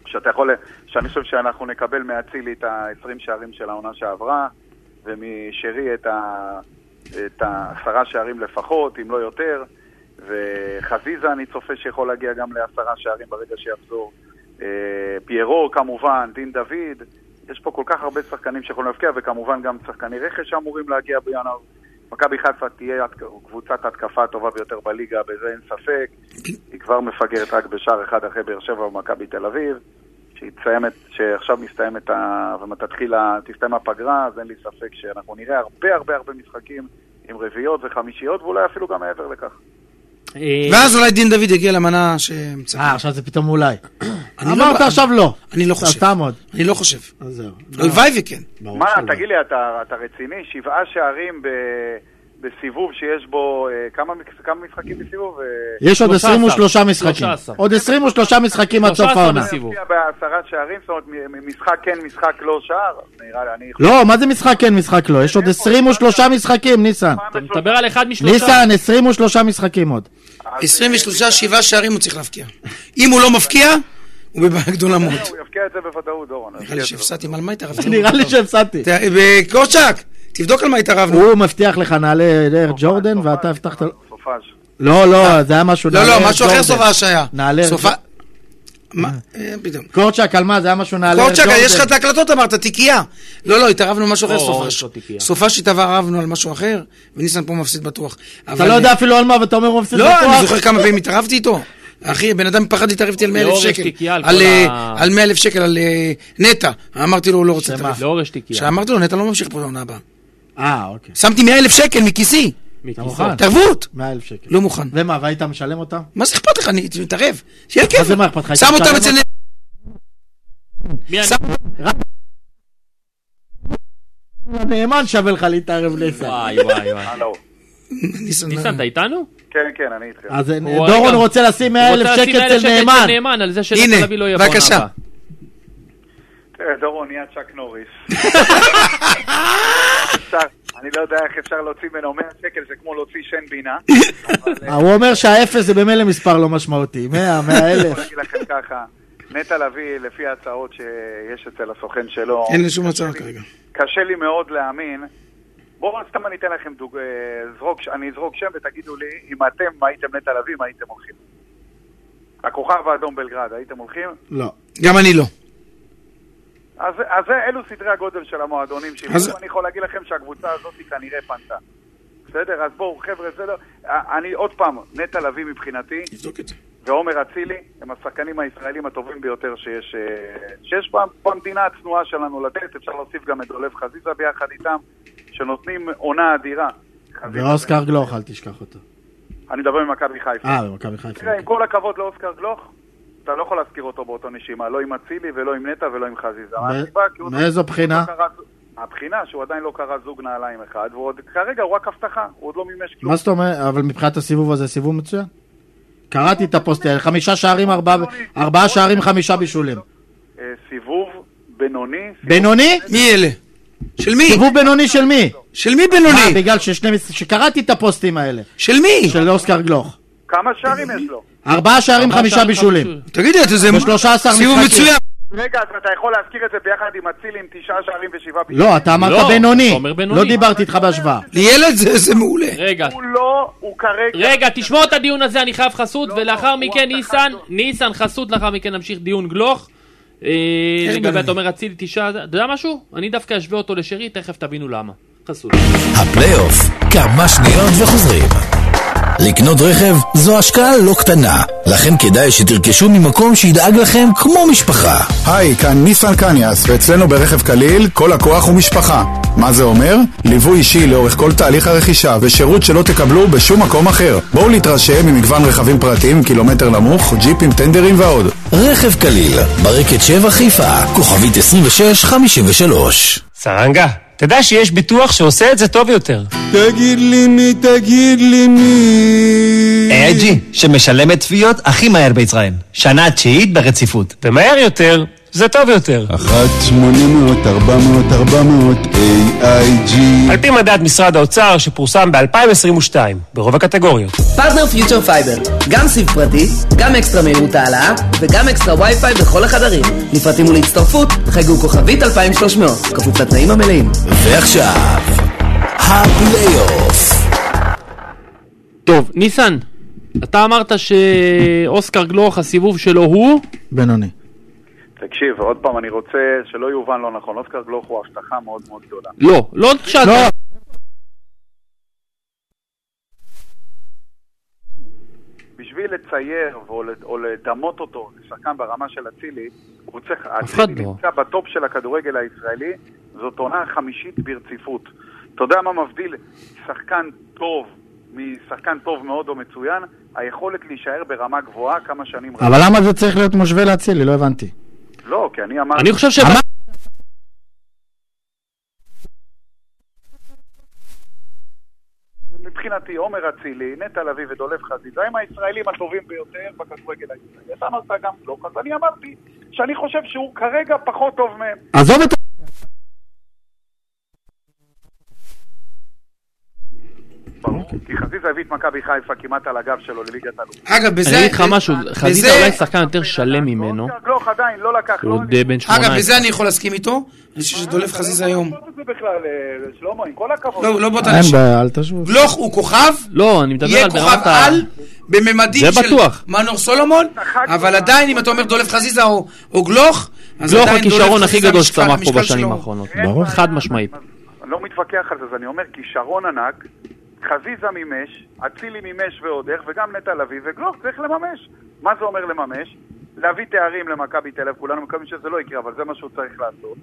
Speaker 8: שאתה יכול, ל- שאני חושב שאנחנו נקבל מאצילי את ה-20 שערים של העונה שעברה, ומשרי את ה- את העשרה שערים לפחות, אם לא יותר, וחזיזה אני צופה שיכול להגיע גם לעשרה שערים ברגע שיחזור. אה, פיירו כמובן, דין דוד, יש פה כל כך הרבה שחקנים שיכולים להבקיע, וכמובן גם שחקני רכש שאמורים להגיע בינואר. מכבי חיפה תהיה הת- קבוצת ההתקפה הטובה ביותר בליגה, בזה אין ספק. היא כבר מפגרת רק בשער אחד אחרי באר שבע ומכבי תל אביב. שהיא תסיימת, שעכשיו מסתיימת, ה- ותתחיל, ה- תסתיים הפגרה, אז אין לי ספק שאנחנו נראה הרבה הרבה הרבה משחקים עם רביעיות וחמישיות, ואולי אפילו גם מעבר לכך.
Speaker 7: אה,
Speaker 1: ואז אולי דין דוד יגיע למנה שמצפה.
Speaker 9: אה, עכשיו זה פתאום אולי.
Speaker 1: אני לא-
Speaker 9: אמרת עכשיו לא.
Speaker 1: אני לא
Speaker 9: אז
Speaker 1: חושב.
Speaker 9: תעמוד.
Speaker 1: אני לא חושב.
Speaker 9: אז זהו.
Speaker 1: הלוואי וכן.
Speaker 9: ברור
Speaker 8: מה,
Speaker 9: שלא.
Speaker 8: תגיד לי, אתה, אתה רציני? שבעה שערים ב... בסיבוב שיש בו, אה, כמה, מק- כמה משחקים בסיבוב? אה,
Speaker 9: יש עוד
Speaker 8: 13.
Speaker 9: 23 משחקים.
Speaker 8: 13.
Speaker 9: עוד 23 משחקים עד סוף
Speaker 8: 13
Speaker 9: העונה.
Speaker 8: להפקיע בעשרה שערים, זאת אומרת, מ- מ- משחק כן, משחק לא שער, נראה לי, אני...
Speaker 9: לא, מה זה משחק כן, משחק לא? יש עוד 23 משחקים, ניסן.
Speaker 7: אתה מדבר על אחד משלושה.
Speaker 9: ניסן, 23 משחקים עוד.
Speaker 8: אה,
Speaker 10: 23, שבעה שערים הוא צריך להבקיע. אם הוא לא מבקיע, הוא בבעיה גדולה מאוד.
Speaker 8: אה, הוא יפקיע את זה בוודאות, אורן.
Speaker 10: נראה לי שהפסדתי, על מה התערבתי?
Speaker 9: נראה לי שהפסדתי.
Speaker 10: ת- קוצ'ק, תבדוק על מה התערבנו.
Speaker 9: הוא מבטיח לך נעלה דרך ג'ורדן, ואתה הבטחת לו...
Speaker 8: סופש.
Speaker 9: לא, לא, זה היה משהו...
Speaker 10: לא,
Speaker 9: נעלה
Speaker 10: לא, משהו אחר
Speaker 9: ג'ורדן.
Speaker 10: סופש היה.
Speaker 9: נעלה...
Speaker 10: סופה- מה? אה, פתאום.
Speaker 9: קורצ'אק, על מה? זה היה משהו נעלה
Speaker 10: קורצ'אק,
Speaker 9: ג'ורדן.
Speaker 10: יש לך את ההקלטות, אמרת, תיקייה. לא, לא, התערבנו על משהו אחר,
Speaker 9: או, או,
Speaker 10: סופש.
Speaker 9: יש לו תיקייה.
Speaker 10: סופש התערבנו על משהו אחר, וניסן פה מפסיד בטוח.
Speaker 9: אתה
Speaker 10: אבל-
Speaker 9: לא יודע אפילו על מה, ואתה אומר הוא מפסיד
Speaker 10: לא,
Speaker 9: בכוח.
Speaker 10: אני זוכר כמה פעמים התערבתי איתו. אחי, בן אדם פחד להתערב איתי על 100 אלף
Speaker 7: לאור יש
Speaker 10: שקל.
Speaker 7: תיקייה על
Speaker 10: על,
Speaker 7: כל
Speaker 10: אה,
Speaker 7: ה-
Speaker 10: על 100 אלף שקל, על אה, נטע. אמרתי לו, הוא לא רוצה להתערב.
Speaker 7: לאור יש תיקייה.
Speaker 10: שאמרתי לו, נטע לא ממשיך פה לעונה הבאה.
Speaker 9: אה, אוקיי.
Speaker 10: שמתי 100 אלף שקל מכיסי.
Speaker 7: מכיסו.
Speaker 9: אתה מוכן?
Speaker 10: התערבות.
Speaker 9: 100 אלף שקל.
Speaker 10: לא מוכן.
Speaker 9: ומה, והיית משלם אותה?
Speaker 10: מה זה אכפת לך? אני מתערב. שיהיה כיף.
Speaker 9: מה זה מה אכפת לך? היית
Speaker 10: שם אותם
Speaker 9: משלם
Speaker 10: אצל
Speaker 9: אותה?
Speaker 10: נטע.
Speaker 7: מי אני?
Speaker 9: הנאמן שווה לך להתערב ניסן.
Speaker 7: וואי וואי וואי.
Speaker 8: הלו.
Speaker 7: ניסן, אתה איתנו?
Speaker 8: כן, כן, אני איתכם.
Speaker 9: אז אה,
Speaker 7: הוא
Speaker 9: דורון
Speaker 7: רגע.
Speaker 9: רוצה לשים 100
Speaker 7: הוא
Speaker 9: אלף
Speaker 7: רוצה לשים
Speaker 9: שקל
Speaker 7: 100,000
Speaker 9: אצל נאמן.
Speaker 7: נאמן על זה
Speaker 10: הנה,
Speaker 7: שנטע לביא לא יהיה בעונה
Speaker 10: בבקשה.
Speaker 7: הבאה.
Speaker 8: תראה, דורון נהיה צ'אק נוריס. אפשר- אני לא יודע איך אפשר להוציא ממנו 100 שקל, זה כמו להוציא שן בינה.
Speaker 9: אה, הוא אומר שהאפס זה במילא מספר לא משמעותי. 100, 100
Speaker 8: אני
Speaker 9: אלף.
Speaker 8: יכול להגיד לכם ככה, נטע לביא, לפי ההצעות שיש אצל הסוכן שלו,
Speaker 10: אין לי שום הצעה כרגע.
Speaker 8: קשה לי מאוד להאמין. בואו סתם אני אתן לכם דוג... אה, זרוק, אני אזרוק שם ותגידו לי אם אתם הייתם נטע לביא, מה הייתם הולכים? הכוכב האדום בלגרד, הייתם הולכים?
Speaker 9: לא.
Speaker 10: גם אני לא.
Speaker 8: אז, אז זה- אלו סדרי הגודל של המועדונים שלי.
Speaker 10: אז-
Speaker 8: אז... אני יכול להגיד לכם שהקבוצה הזאת היא כנראה פנתה. בסדר? אז בואו, חבר'ה, זה לא... אה, אני עוד פעם, נטע לביא מבחינתי,
Speaker 10: תבדוק את זה.
Speaker 8: ועומר אצילי הם השחקנים הישראלים הטובים ביותר שיש, אה, שיש בה- במדינה הצנועה שלנו לתת, אפשר להוסיף גם את דולב חזיזה ביחד איתם, שנותנים עונה אדירה.
Speaker 9: ואוסקר גלוך, אל תשכח אותו.
Speaker 8: אני מדבר ממכבי חיפה.
Speaker 9: אה, במכבי חיפה.
Speaker 8: תראה, עם כל הכבוד לאוסקר גלוך, אתה לא יכול להזכיר אותו באותו נשימה, לא עם אצילי ולא עם נטע ולא עם חזיזה.
Speaker 9: מא-
Speaker 8: הסיבה, כי הוא-
Speaker 9: מאיזו
Speaker 8: הוא לא
Speaker 9: בחינה?
Speaker 8: קרא- הבחינה שהוא עדיין לא קרא זוג נעליים אחד, והוא עוד- כרגע הוא רק הבטחה, הוא עוד לא מימש כלום.
Speaker 9: מה זאת אומרת? אבל מבחינת הסיבוב הזה, סיבוב מצוין. קראתי את הפוסט, האלה, חמישה שערים, ארבעה- ארבעה שערים, חמישה בישולים.
Speaker 8: אוקיי, אה, סיבוב בינוני,
Speaker 9: בינוני?
Speaker 10: מי אלה? של מי?
Speaker 9: סיבוב בינוני של מי?
Speaker 10: של מי
Speaker 9: מה,
Speaker 10: בינוני?
Speaker 9: בגלל ששני... מס- שקראתי את הפוסטים האלה.
Speaker 10: של מי?
Speaker 9: של אוסקר גלוך.
Speaker 8: כמה שערים יש לו?
Speaker 9: ארבעה שערים, חמישה בישולים.
Speaker 10: תגיד לי, אתה זה...
Speaker 9: ב-13
Speaker 10: סיבוב
Speaker 9: משחקים.
Speaker 10: מצוין.
Speaker 8: רגע, אז אתה יכול להזכיר את זה ביחד עם אצילי עם תשעה שערים ושבעה בישולים?
Speaker 9: לא, אתה אמרת
Speaker 7: לא,
Speaker 9: בינוני.
Speaker 7: אתה אומר בינוני.
Speaker 9: לא דיברתי איתך בהשוואה.
Speaker 10: לילד זה זה מעולה.
Speaker 7: רגע,
Speaker 8: הוא לא, הוא כרגע...
Speaker 7: רגע, תשמור את הדיון הזה, אני חייב חסות,
Speaker 8: לא,
Speaker 7: ולאחר
Speaker 8: הוא
Speaker 7: מכן
Speaker 8: הבטחה
Speaker 7: ניסן,
Speaker 8: טובה.
Speaker 7: ניסן חסות, לאחר מכן נמשיך דיון גלוך. אה, לגבי,
Speaker 10: בינוני?
Speaker 7: אתה אומר אצילי תשעה, אתה יודע משהו? אני דווקא אשווה אותו לשרי, תכף תבינו למה. חסות.
Speaker 1: הפלייאוף, כמה שניות וחוזרים. לקנות רכב זו השקעה לא קטנה, לכן כדאי שתרכשו ממקום שידאג לכם כמו משפחה.
Speaker 4: היי, כאן ניסן קניאס, ואצלנו ברכב קליל כל לקוח הוא משפחה. מה זה אומר? ליווי אישי לאורך כל תהליך הרכישה ושירות שלא תקבלו בשום מקום אחר. בואו להתרשם ממגוון רכבים פרטיים, קילומטר נמוך, ג'יפים, טנדרים ועוד.
Speaker 1: רכב קליל, ברקת 7 חיפה, כוכבית 2653.
Speaker 6: סרנגה, תדע שיש ביטוח שעושה את זה טוב יותר.
Speaker 11: תגיד לי מי, תגיד לי מי.
Speaker 12: AIG, שמשלמת תביעות הכי מהר בישראל. שנה תשיעית ברציפות.
Speaker 6: ומהר יותר, זה טוב יותר.
Speaker 5: אוקיי.
Speaker 11: אחת שמונה מאות ארבע מאות ארבע מאות AIG
Speaker 6: על פי מדד משרד האוצר שפורסם ב-2022, ברוב הקטגוריות.
Speaker 3: פרטנר פיוטר פייבר, גם סיב פרטי, גם אקסטרה מהירות העלאה וגם אקסטרה וי-פיי בכל החדרים. לפרטים ולהצטרפות, חייגו כוכבית 2300, כפוף לתנאים המלאים.
Speaker 1: ועכשיו, הפלייאוף.
Speaker 7: טוב, ניסן, אתה אמרת שאוסקר גלוך, הסיבוב שלו הוא...
Speaker 9: בינוני.
Speaker 8: תקשיב, עוד פעם, אני רוצה שלא יובן לא נכון, אוסקר גלוך הוא הבטחה מאוד מאוד גדולה.
Speaker 7: לא, לא שאתה...
Speaker 9: לא.
Speaker 8: בשביל לצייר או, לד- או לדמות אותו לשחקן ברמה של אצילי, הוא צריך...
Speaker 7: אחד
Speaker 8: אצילי
Speaker 7: לא.
Speaker 8: נמצא בטופ של הכדורגל הישראלי, זאת עונה חמישית ברציפות. אתה יודע מה מבדיל שחקן טוב משחקן טוב מאוד או מצוין? היכולת להישאר ברמה גבוהה כמה שנים רבות.
Speaker 9: אבל למה זה צריך להיות מושווה לאצילי? לא הבנתי.
Speaker 8: לא, כי אני אמרתי...
Speaker 7: אני חושב ש...
Speaker 9: אמר-
Speaker 10: לדעתי עומר אצילי, נטע לביא ודולב חזיזה הם הישראלים הטובים ביותר בכדורגל הישראלי. אתה אמרת גם פלופ, אז אני אמרתי שאני חושב שהוא כרגע פחות טוב מהם.
Speaker 13: עזוב את...
Speaker 10: כי חזיזה הביא את מכבי חיפה כמעט על הגב שלו לליגת אלופים.
Speaker 7: אגב, בזה... אני אגיד לך משהו, חזיזה
Speaker 8: בזה-
Speaker 7: אולי שחקן יותר שלם ממנו.
Speaker 10: גלוך עדיין לא לקח...
Speaker 7: הוא עוד בן
Speaker 8: אגב,
Speaker 7: 18.
Speaker 8: בזה אני יכול להסכים איתו. אני חושב שדולף חזיזה היום.
Speaker 10: לא זה בכלל, אה, שלמה, עם כל הכבוד.
Speaker 8: לא, לא באותה
Speaker 9: אין
Speaker 8: לשון.
Speaker 9: בעיה, אל תשבו.
Speaker 8: גלוך הוא כוכב,
Speaker 7: לא, אני מדבר
Speaker 8: יהיה
Speaker 7: על
Speaker 8: כוכב
Speaker 7: ברמת ה...
Speaker 8: על בממדים
Speaker 7: זה
Speaker 8: של
Speaker 7: בטוח.
Speaker 8: מנור סולומון, אבל עדיין אם אתה אומר דולף חזיזה או או גלוך, אז
Speaker 7: גלוך
Speaker 8: עדיין
Speaker 7: הכישרון
Speaker 8: דולף
Speaker 7: לא הכי
Speaker 8: חזיזה
Speaker 7: גדול
Speaker 8: המשקל-
Speaker 7: שצמח פה
Speaker 8: המשקל
Speaker 7: בשנים
Speaker 8: שלו-
Speaker 7: האחרונות.
Speaker 10: ברור.
Speaker 7: חד משמעית.
Speaker 10: אני לא מתווכח על זה, אז אני אומר כישרון ענק, חזיזה מימש, אצילי מימש ועוד איך, וגם נטע לביא, וגלוך צריך לממש. מה זה אומר לממש? להביא תארים למכבי תל אביב, כולנו מקווים שזה לא יקרה, אבל זה מה שהוא צריך לעשות.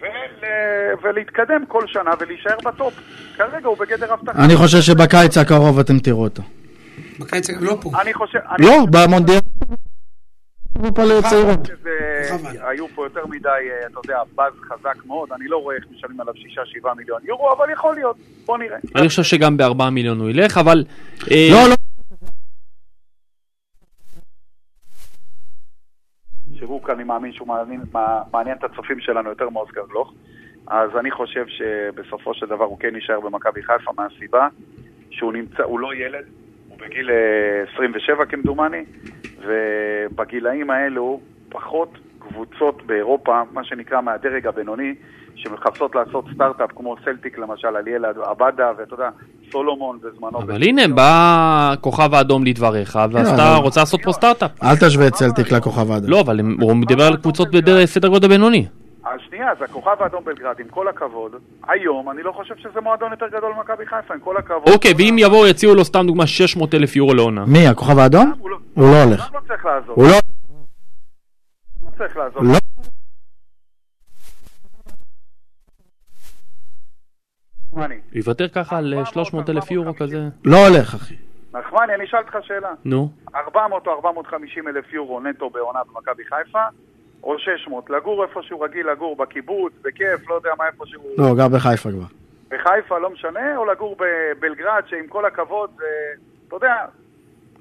Speaker 10: ול... ולהתקדם כל שנה ולהישאר בטופ. כרגע הוא בגדר הבטחה.
Speaker 9: אני חושב שבקיץ הקרוב אתם תראו אותו.
Speaker 8: בקיץ אגב, לא פה.
Speaker 10: אני חושב... אני
Speaker 9: לא, במונדיאל. בפלאי צעירות.
Speaker 10: שזה- היו פה יותר מדי, אה, אתה יודע, באז חזק מאוד, אני לא רואה איך משלמים עליו 6-7 מיליון יורו, אבל יכול להיות, בוא נראה.
Speaker 7: אני חושב שגם בארבעה מיליון הוא ילך, אבל... אה,
Speaker 9: לא, לא.
Speaker 10: שהוא כאן, אני מאמין שהוא מעניין, מה- מעניין את הצופים שלנו יותר מאוסקר גלוך. אז אני חושב שבסופו של דבר הוא כן יישאר במכבי חיפה מהסיבה שהוא נמצא, הוא לא ילד, הוא בגיל אה, 27 כמדומני, ובגילאים האלו פחות קבוצות באירופה, מה שנקרא מהדרג הבינוני, שמחפשות לעשות סטארט-אפ כמו סלטיק למשל, על ילד עבדה ואתה יודע, סולומון בזמנו.
Speaker 7: אבל הנה, בא הכוכב האדום לדבריך,
Speaker 8: כן,
Speaker 7: ואז
Speaker 9: לא,
Speaker 7: אתה
Speaker 9: אבל-
Speaker 7: רוצה לעשות פה סטארט-אפ.
Speaker 9: אל תשווה את סלטיק לכוכב האדום.
Speaker 7: לא, אבל הם- הוא מדבר על קבוצות בסדר גודל בינוני.
Speaker 10: אז שנייה, אז הכוכב האדום בלגרד, עם כל הכבוד, היום אני לא חושב שזה מועדון יותר גדול ממכבי חיפה, עם כל הכבוד.
Speaker 7: אוקיי, ואם יבואו, יציעו לו סתם דוגמה 600 אלף יורו לעונה.
Speaker 9: מי, הכוכב האדום? הוא לא הולך.
Speaker 10: לא צריך לעזוב.
Speaker 9: הוא לא...
Speaker 10: לא צריך לעזוב.
Speaker 9: לא.
Speaker 10: נחמני,
Speaker 7: הוא יוותר ככה על 300 אלף יורו כזה?
Speaker 9: לא הולך, אחי.
Speaker 10: נחמני, אני אשאל אותך שאלה.
Speaker 7: נו.
Speaker 10: 400 או 450 אלף יורו נטו בעונה במכבי חיפה, או 600. לגור איפה שהוא רגיל לגור, בקיבוץ, בכיף, לא יודע מה איפה שהוא...
Speaker 9: לא, הוא גר בחיפה כבר.
Speaker 10: בחיפה, לא משנה, או לגור בבלגרד, שעם כל הכבוד, זה... אתה יודע,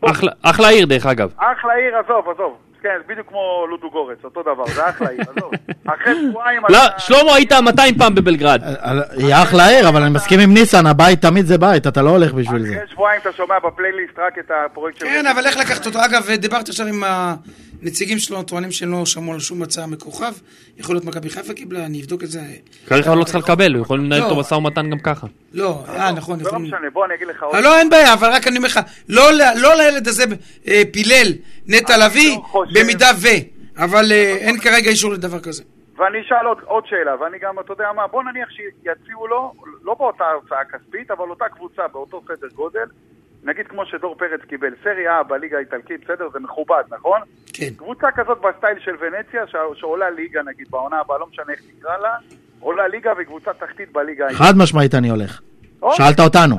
Speaker 7: אחלה- אחלה עיר, דרך אגב.
Speaker 10: אחלה עיר, עזוב, עזוב. כן, זה בדיוק כמו לודו גורץ, אותו דבר, זה אחלה עיר, עזוב. אחרי שבועיים...
Speaker 7: לא,
Speaker 10: אתה-
Speaker 7: שלמה, היית 200 פעם בבלגרד.
Speaker 8: אה,
Speaker 9: היא אחלה עיר, אבל אני מסכים עם ניסן, הבית תמיד זה בית, אתה לא הולך בשביל זה.
Speaker 10: אחרי שבועיים אתה שומע בפלייליסט רק את הפרויקט של...
Speaker 8: כן, אבל איך לקחת אותו? אגב, דיברתי עכשיו עם הנציגים שלו, טוענים שלא שמעו על שום הצעה מכוכב. יכול להיות מכבי חיפה קיבלה, אני אבדוק את זה.
Speaker 7: כרגע לא צריך לקבל, הוא יכול לנהל
Speaker 8: לא.
Speaker 7: איתו משא ומתן גם ככה.
Speaker 8: לא, אה, נכון,
Speaker 10: זה לא
Speaker 8: יכולים...
Speaker 10: משנה, בוא אני אגיד לך עוד...
Speaker 8: אה, לא, אין בעיה, אבל רק אני אומר לך, לא ל- לא לילד הזה אה, פילל נטע לביא,
Speaker 10: לא חושב-
Speaker 8: במידה ו... אבל אה, אין כרגע אישור לדבר כזה.
Speaker 10: ואני אשאל עוד, עוד שאלה, ואני גם, אתה יודע מה, בוא נניח שיציעו לו, לא באותה הוצאה כספית, אבל אותה קבוצה באותו סדר גודל, נגיד כמו שדור פרץ קיבל, סריה A בליגה האיטלקית, בסדר, זה מכובד, נכון?
Speaker 8: כן.
Speaker 10: קבוצה כזאת בסטייל של ונציה, ש- שעולה ליגה נגיד בעונה הבאה, לא משנה איך תקרא לה, עולה ליגה והיא קבוצה תחתית בליגה האיטלקית.
Speaker 9: חד משמעית אני הולך.
Speaker 10: או,
Speaker 9: שאלת אותנו.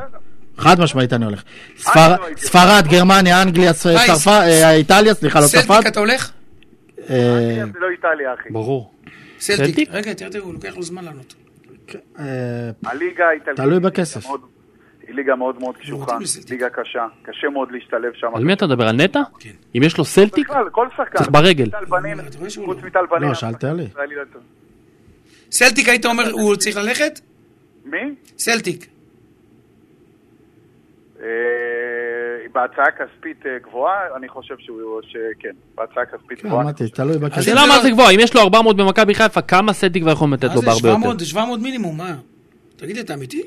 Speaker 9: חד משמעית אני הולך. ספר-
Speaker 10: אני לא הייתי.
Speaker 9: ספרד, גרמניה, אנגליה, צ-
Speaker 8: היי,
Speaker 9: צרפת, אה, איטליה, סליחה, לא
Speaker 8: סלטיק
Speaker 9: צרפת.
Speaker 8: אתה הולך?
Speaker 9: אה,
Speaker 10: זה לא איטליה, אחי.
Speaker 7: ברור. סלטיק?
Speaker 8: סלטיק. רגע, תראה, תראו, לוקח לו זמן לענות.
Speaker 9: אה,
Speaker 10: הליגה האיטלקית...
Speaker 9: תלוי
Speaker 10: היא ליגה
Speaker 9: בכסף.
Speaker 10: מאוד- היא ליגה מאוד מאוד קשוחה,
Speaker 8: רוצים לסלטיק.
Speaker 10: ליגה קשה, קשה מאוד להשתלב שם.
Speaker 7: על מי אתה מדבר? על נטע?
Speaker 8: כן.
Speaker 7: אם יש לו סלטיק?
Speaker 10: בכלל, כל שחקן.
Speaker 7: צריך ברגל.
Speaker 10: טל בנין,
Speaker 8: אתה רואה שהוא
Speaker 10: חוץ
Speaker 8: לא.
Speaker 10: מטל בנין.
Speaker 9: לא, שאלת עלי.
Speaker 10: ישראלי לא טוב.
Speaker 8: סלטיק, היית אומר, הוא צריך ללכת?
Speaker 10: מי?
Speaker 8: סלטיק.
Speaker 10: אה, בהצעה כספית אה, גבוהה, אני חושב שהוא... שכן, בהצעה כספית
Speaker 9: כן,
Speaker 10: גבוהה.
Speaker 9: אמרתי, תלוי בכסף.
Speaker 7: השאלה מה זה לא גבוה, אם יש לו 400 במכבי חיפה, כמה סלטיק כבר יכולים לתת
Speaker 8: לא מה
Speaker 7: לו
Speaker 8: זה,
Speaker 7: בהרבה
Speaker 8: 700?
Speaker 7: יותר?
Speaker 8: זה 700 מינימום, מה? תגיד לי, אתה אמיתי?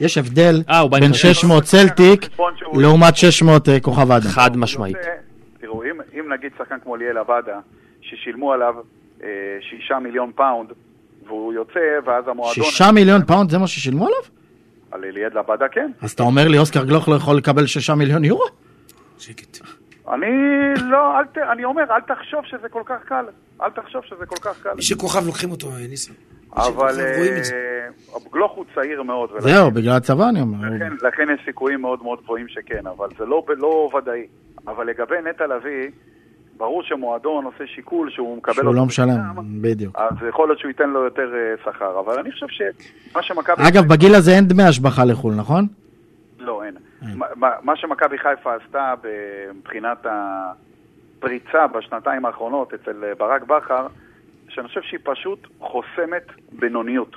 Speaker 9: יש הבדל
Speaker 7: אה, הוא בא עם
Speaker 9: בין
Speaker 7: כרטיס.
Speaker 9: 600 סלטיק לעומת 600 אה, כוכב אדם.
Speaker 7: חד משמעית.
Speaker 8: אוקיי.
Speaker 10: זה- תראו, אם, אם נגיד שחקן כמו ליאל עבדה, ששילמו עליו אה, שישה מיליון פאונד, והוא יוצא, ואז המועדון...
Speaker 9: שישה מיליון פאונד זה מה ששילמו עליו?
Speaker 10: על ליאל עבדה כן.
Speaker 9: אז אתה אומר לי, אוסקר גלוך לא יכול לקבל שישה מיליון יורו?
Speaker 8: שקט.
Speaker 10: אני לא, אל ת, אני אומר, אל תחשוב שזה כל כך קל. אל תחשוב שזה כל כך קל.
Speaker 8: מי שכוכב לוקחים אותו, אה, ניסן.
Speaker 10: אבל
Speaker 8: אנחנו רואים את זה.
Speaker 10: אה, גלוך הוא צעיר מאוד. ולכן-
Speaker 9: זהו, בגלל הצבא אני אומר.
Speaker 10: לכן, לכן יש סיכויים מאוד מאוד גבוהים שכן, אבל זה לא, לא ודאי. אבל לגבי נטע לביא, ברור שמועדון עושה שיקול שהוא מקבל...
Speaker 9: שהוא
Speaker 10: אותו
Speaker 9: לא
Speaker 10: בחינם,
Speaker 9: משלם, בדיוק.
Speaker 10: אז יכול להיות שהוא ייתן לו יותר אה, שכר, אבל אני חושב שמה שמכבי...
Speaker 9: אגב, בגיל הזה אין דמי השבחה לחו"ל, נכון?
Speaker 10: לא, אין. מה- מה- מה שמכבי חיפה עשתה מבחינת הפריצה בשנתיים האחרונות אצל אה, ברק בכר, שאני חושב שהיא פשוט חוסמת בינוניות.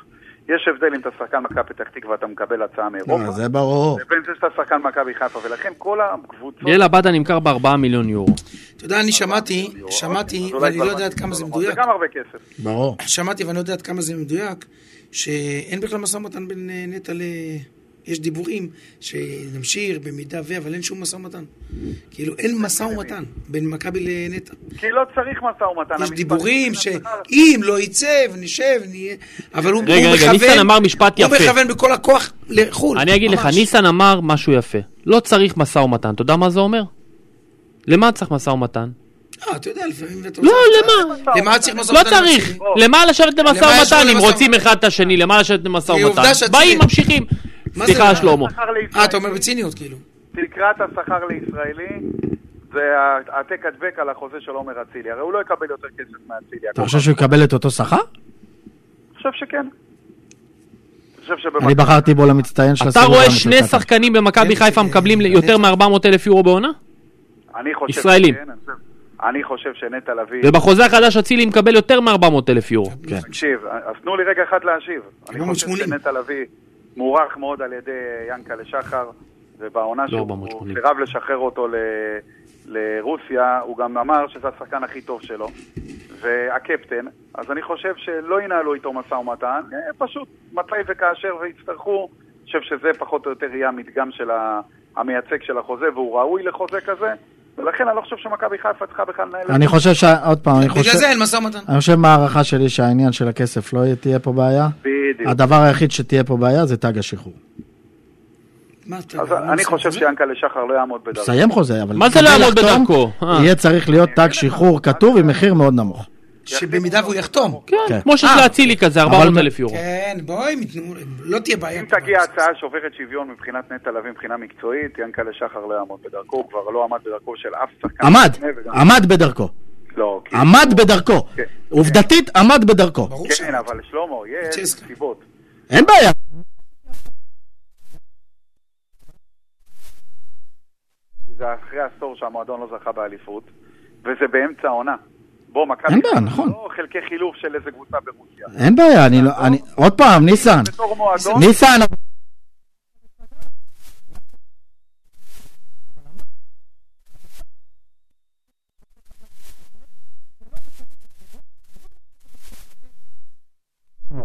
Speaker 10: יש הבדל אם אתה שחקן מכבי פתח תקווה ואתה מקבל הצעה מאירופה,
Speaker 9: אה, זה ברור.
Speaker 10: לבין זה שאתה שחקן מכבי חיפה, ולכן כל הקבוצות...
Speaker 7: ליאל עבדה נמכר בארבעה מיליון יורו.
Speaker 8: אתה יודע, אני שמעתי, שמעתי,
Speaker 10: אולי
Speaker 8: ואני
Speaker 10: כבר
Speaker 8: לא יודע עד
Speaker 10: מתאים
Speaker 8: כמה
Speaker 10: לו
Speaker 8: זה
Speaker 10: לומר, זה
Speaker 8: מדויק.
Speaker 10: גם הרבה כסף.
Speaker 9: ברור.
Speaker 8: שמעתי ואני לא יודע עד כמה זה מדויק, שאין בכלל משא ומתן בין אה, נטע ל... יש דיבורים שנמשיך במידה ו... אבל אין שום משא ומתן. כאילו, אין משא ומתן בין מכבי לנטע.
Speaker 10: כי לא צריך משא ומתן.
Speaker 8: יש
Speaker 10: המספרים
Speaker 8: דיבורים
Speaker 10: של השכר-
Speaker 8: שאם לא יצא ונשב, נהיה... אבל הוא הוא מכוון...
Speaker 7: רגע, רגע, ניסן אמר משפט
Speaker 8: הוא
Speaker 7: יפה.
Speaker 8: מכוון בכל הכוח לחו"ל.
Speaker 7: אני אגיד לך,
Speaker 8: ממש.
Speaker 7: ניסן אמר משהו יפה. לא צריך משא ומתן, אתה יודע מה זה אומר? למה צריך משא ומתן?
Speaker 8: לא, אתה יודע, לפעמים אתה
Speaker 7: לא,
Speaker 8: רוצה-
Speaker 7: למה?
Speaker 8: למה צריך משא
Speaker 7: לא
Speaker 8: ומתן?
Speaker 7: צריך. למה לשבת למשא
Speaker 8: למה יש
Speaker 7: ומתן אם
Speaker 8: למשא
Speaker 7: רוצים אחד את השני? למה לשבת למשא
Speaker 8: היא
Speaker 7: ומתן?
Speaker 8: עובדה שאצלי-
Speaker 7: באים, ממשיכים.
Speaker 8: מה זה
Speaker 7: סליחה,
Speaker 8: למה?
Speaker 7: שלמה.
Speaker 10: השכר לישראלי-
Speaker 8: אה, אתה אומר בציניות, כאילו.
Speaker 10: תקרת השכר לישראלי זה העתק הדבק על החוזה של עומר אצילי. הרי הוא לא יקבל יותר כסף מאצילי.
Speaker 9: אתה חושב שהוא יקבל את אותו שכר?
Speaker 10: אני חושב שכן. אני חושב
Speaker 9: אני
Speaker 10: שבמכבי...
Speaker 9: בחרתי בו למצטיין של
Speaker 7: אתה
Speaker 9: הסיבוב
Speaker 7: רואה
Speaker 9: גם
Speaker 7: שני
Speaker 9: בקטר.
Speaker 7: שחקנים במכבי
Speaker 8: כן,
Speaker 7: חיפה
Speaker 8: כן,
Speaker 7: מקבלים
Speaker 8: כן,
Speaker 7: יותר
Speaker 8: כן.
Speaker 7: מ-400 אלף יורו בעונה?
Speaker 10: אני חושב
Speaker 7: ישראלים.
Speaker 10: שכן, אני חושב- אני חושב שנטע לביא...
Speaker 7: ובחוזה החדש אצילי מקבל יותר מ-400 אלף יורו.
Speaker 10: תקשיב, אז תנו לי רגע אחד להשיב. אני
Speaker 9: לא
Speaker 10: חושב
Speaker 8: 480.
Speaker 10: שנטע לביא מוערך מאוד על ידי ינקלה שחר,
Speaker 9: לא
Speaker 10: ובעונה שהוא
Speaker 7: 480.
Speaker 10: סירב לשחרר אותו ל... לרוסיה, הוא גם אמר שזה השחקן הכי טוב שלו, והקפטן, אז אני חושב שלא ינהלו איתו משא ומתן, אה, פשוט מתי וכאשר ויצטרכו, אני חושב שזה פחות או יותר יהיה המדגם של ה... המייצג של החוזה, והוא ראוי לחוזה כזה, ולכן אני לא חושב שמכבי חיפה צריכה בכלל לנהל את
Speaker 9: אני חושב ש... עוד פעם, אני חושב...
Speaker 8: בגלל זה אין משא ומתן.
Speaker 7: אה.
Speaker 9: אני חושב מה ההערכה שלי שהעניין של הכסף לא יהיה- תהיה פה בעיה.
Speaker 10: בדיוק.
Speaker 9: הדבר היחיד שתהיה פה בעיה זה תג השחרור.
Speaker 8: מה אתה...
Speaker 10: אז
Speaker 8: מה
Speaker 10: אני
Speaker 8: משא
Speaker 10: חושב
Speaker 8: ומתן?
Speaker 10: שיענקלה שחר לא יעמוד בדרכו.
Speaker 9: סיים חוזה, אבל...
Speaker 7: מה זה לא
Speaker 9: כדי
Speaker 7: יעמוד
Speaker 9: לחתום,
Speaker 7: בדרכו? אה.
Speaker 9: יהיה צריך להיות תג שחרור כתוב עם מחיר מאוד נמוך.
Speaker 10: כן.
Speaker 8: שבמידה והוא יחתום.
Speaker 7: כן, כמו שיש
Speaker 8: אה.
Speaker 7: לאצילי כזה, 400 אלף יורו.
Speaker 8: כן, בואי, הם ייתנו, לא תהיה בעיה.
Speaker 10: אם תגיע הצעה שוברת שוויון מבחינת נטע לביא מבחינה מקצועית, ינקלה שחר לא יעמוד בדרכו, הוא כבר לא עמד בדרכו של אף שחקן.
Speaker 9: עמד,
Speaker 10: לפני כן, וגם-
Speaker 9: עמד בדרכו.
Speaker 10: לא, כי-
Speaker 9: עמד בדרכו.
Speaker 10: כן.
Speaker 9: עובדתית, עמד בדרכו.
Speaker 8: ברור ש...
Speaker 10: כן, אבל שלמה, יש
Speaker 8: צ'סקה.
Speaker 10: סיבות.
Speaker 9: אין בעיה.
Speaker 10: זה אחרי עשור שהמועדון לא זכה באליפות, וזה באמצע העונה. בוא, מכבי...
Speaker 9: אין בעיה,
Speaker 10: חיפה
Speaker 9: נכון.
Speaker 10: לא חלקי חילוף של איזה קבוצה ברוסיה.
Speaker 9: אין בעיה, אני לא... אני- עוד פעם, ניסן.
Speaker 10: בתור מועדון,
Speaker 9: ניסן,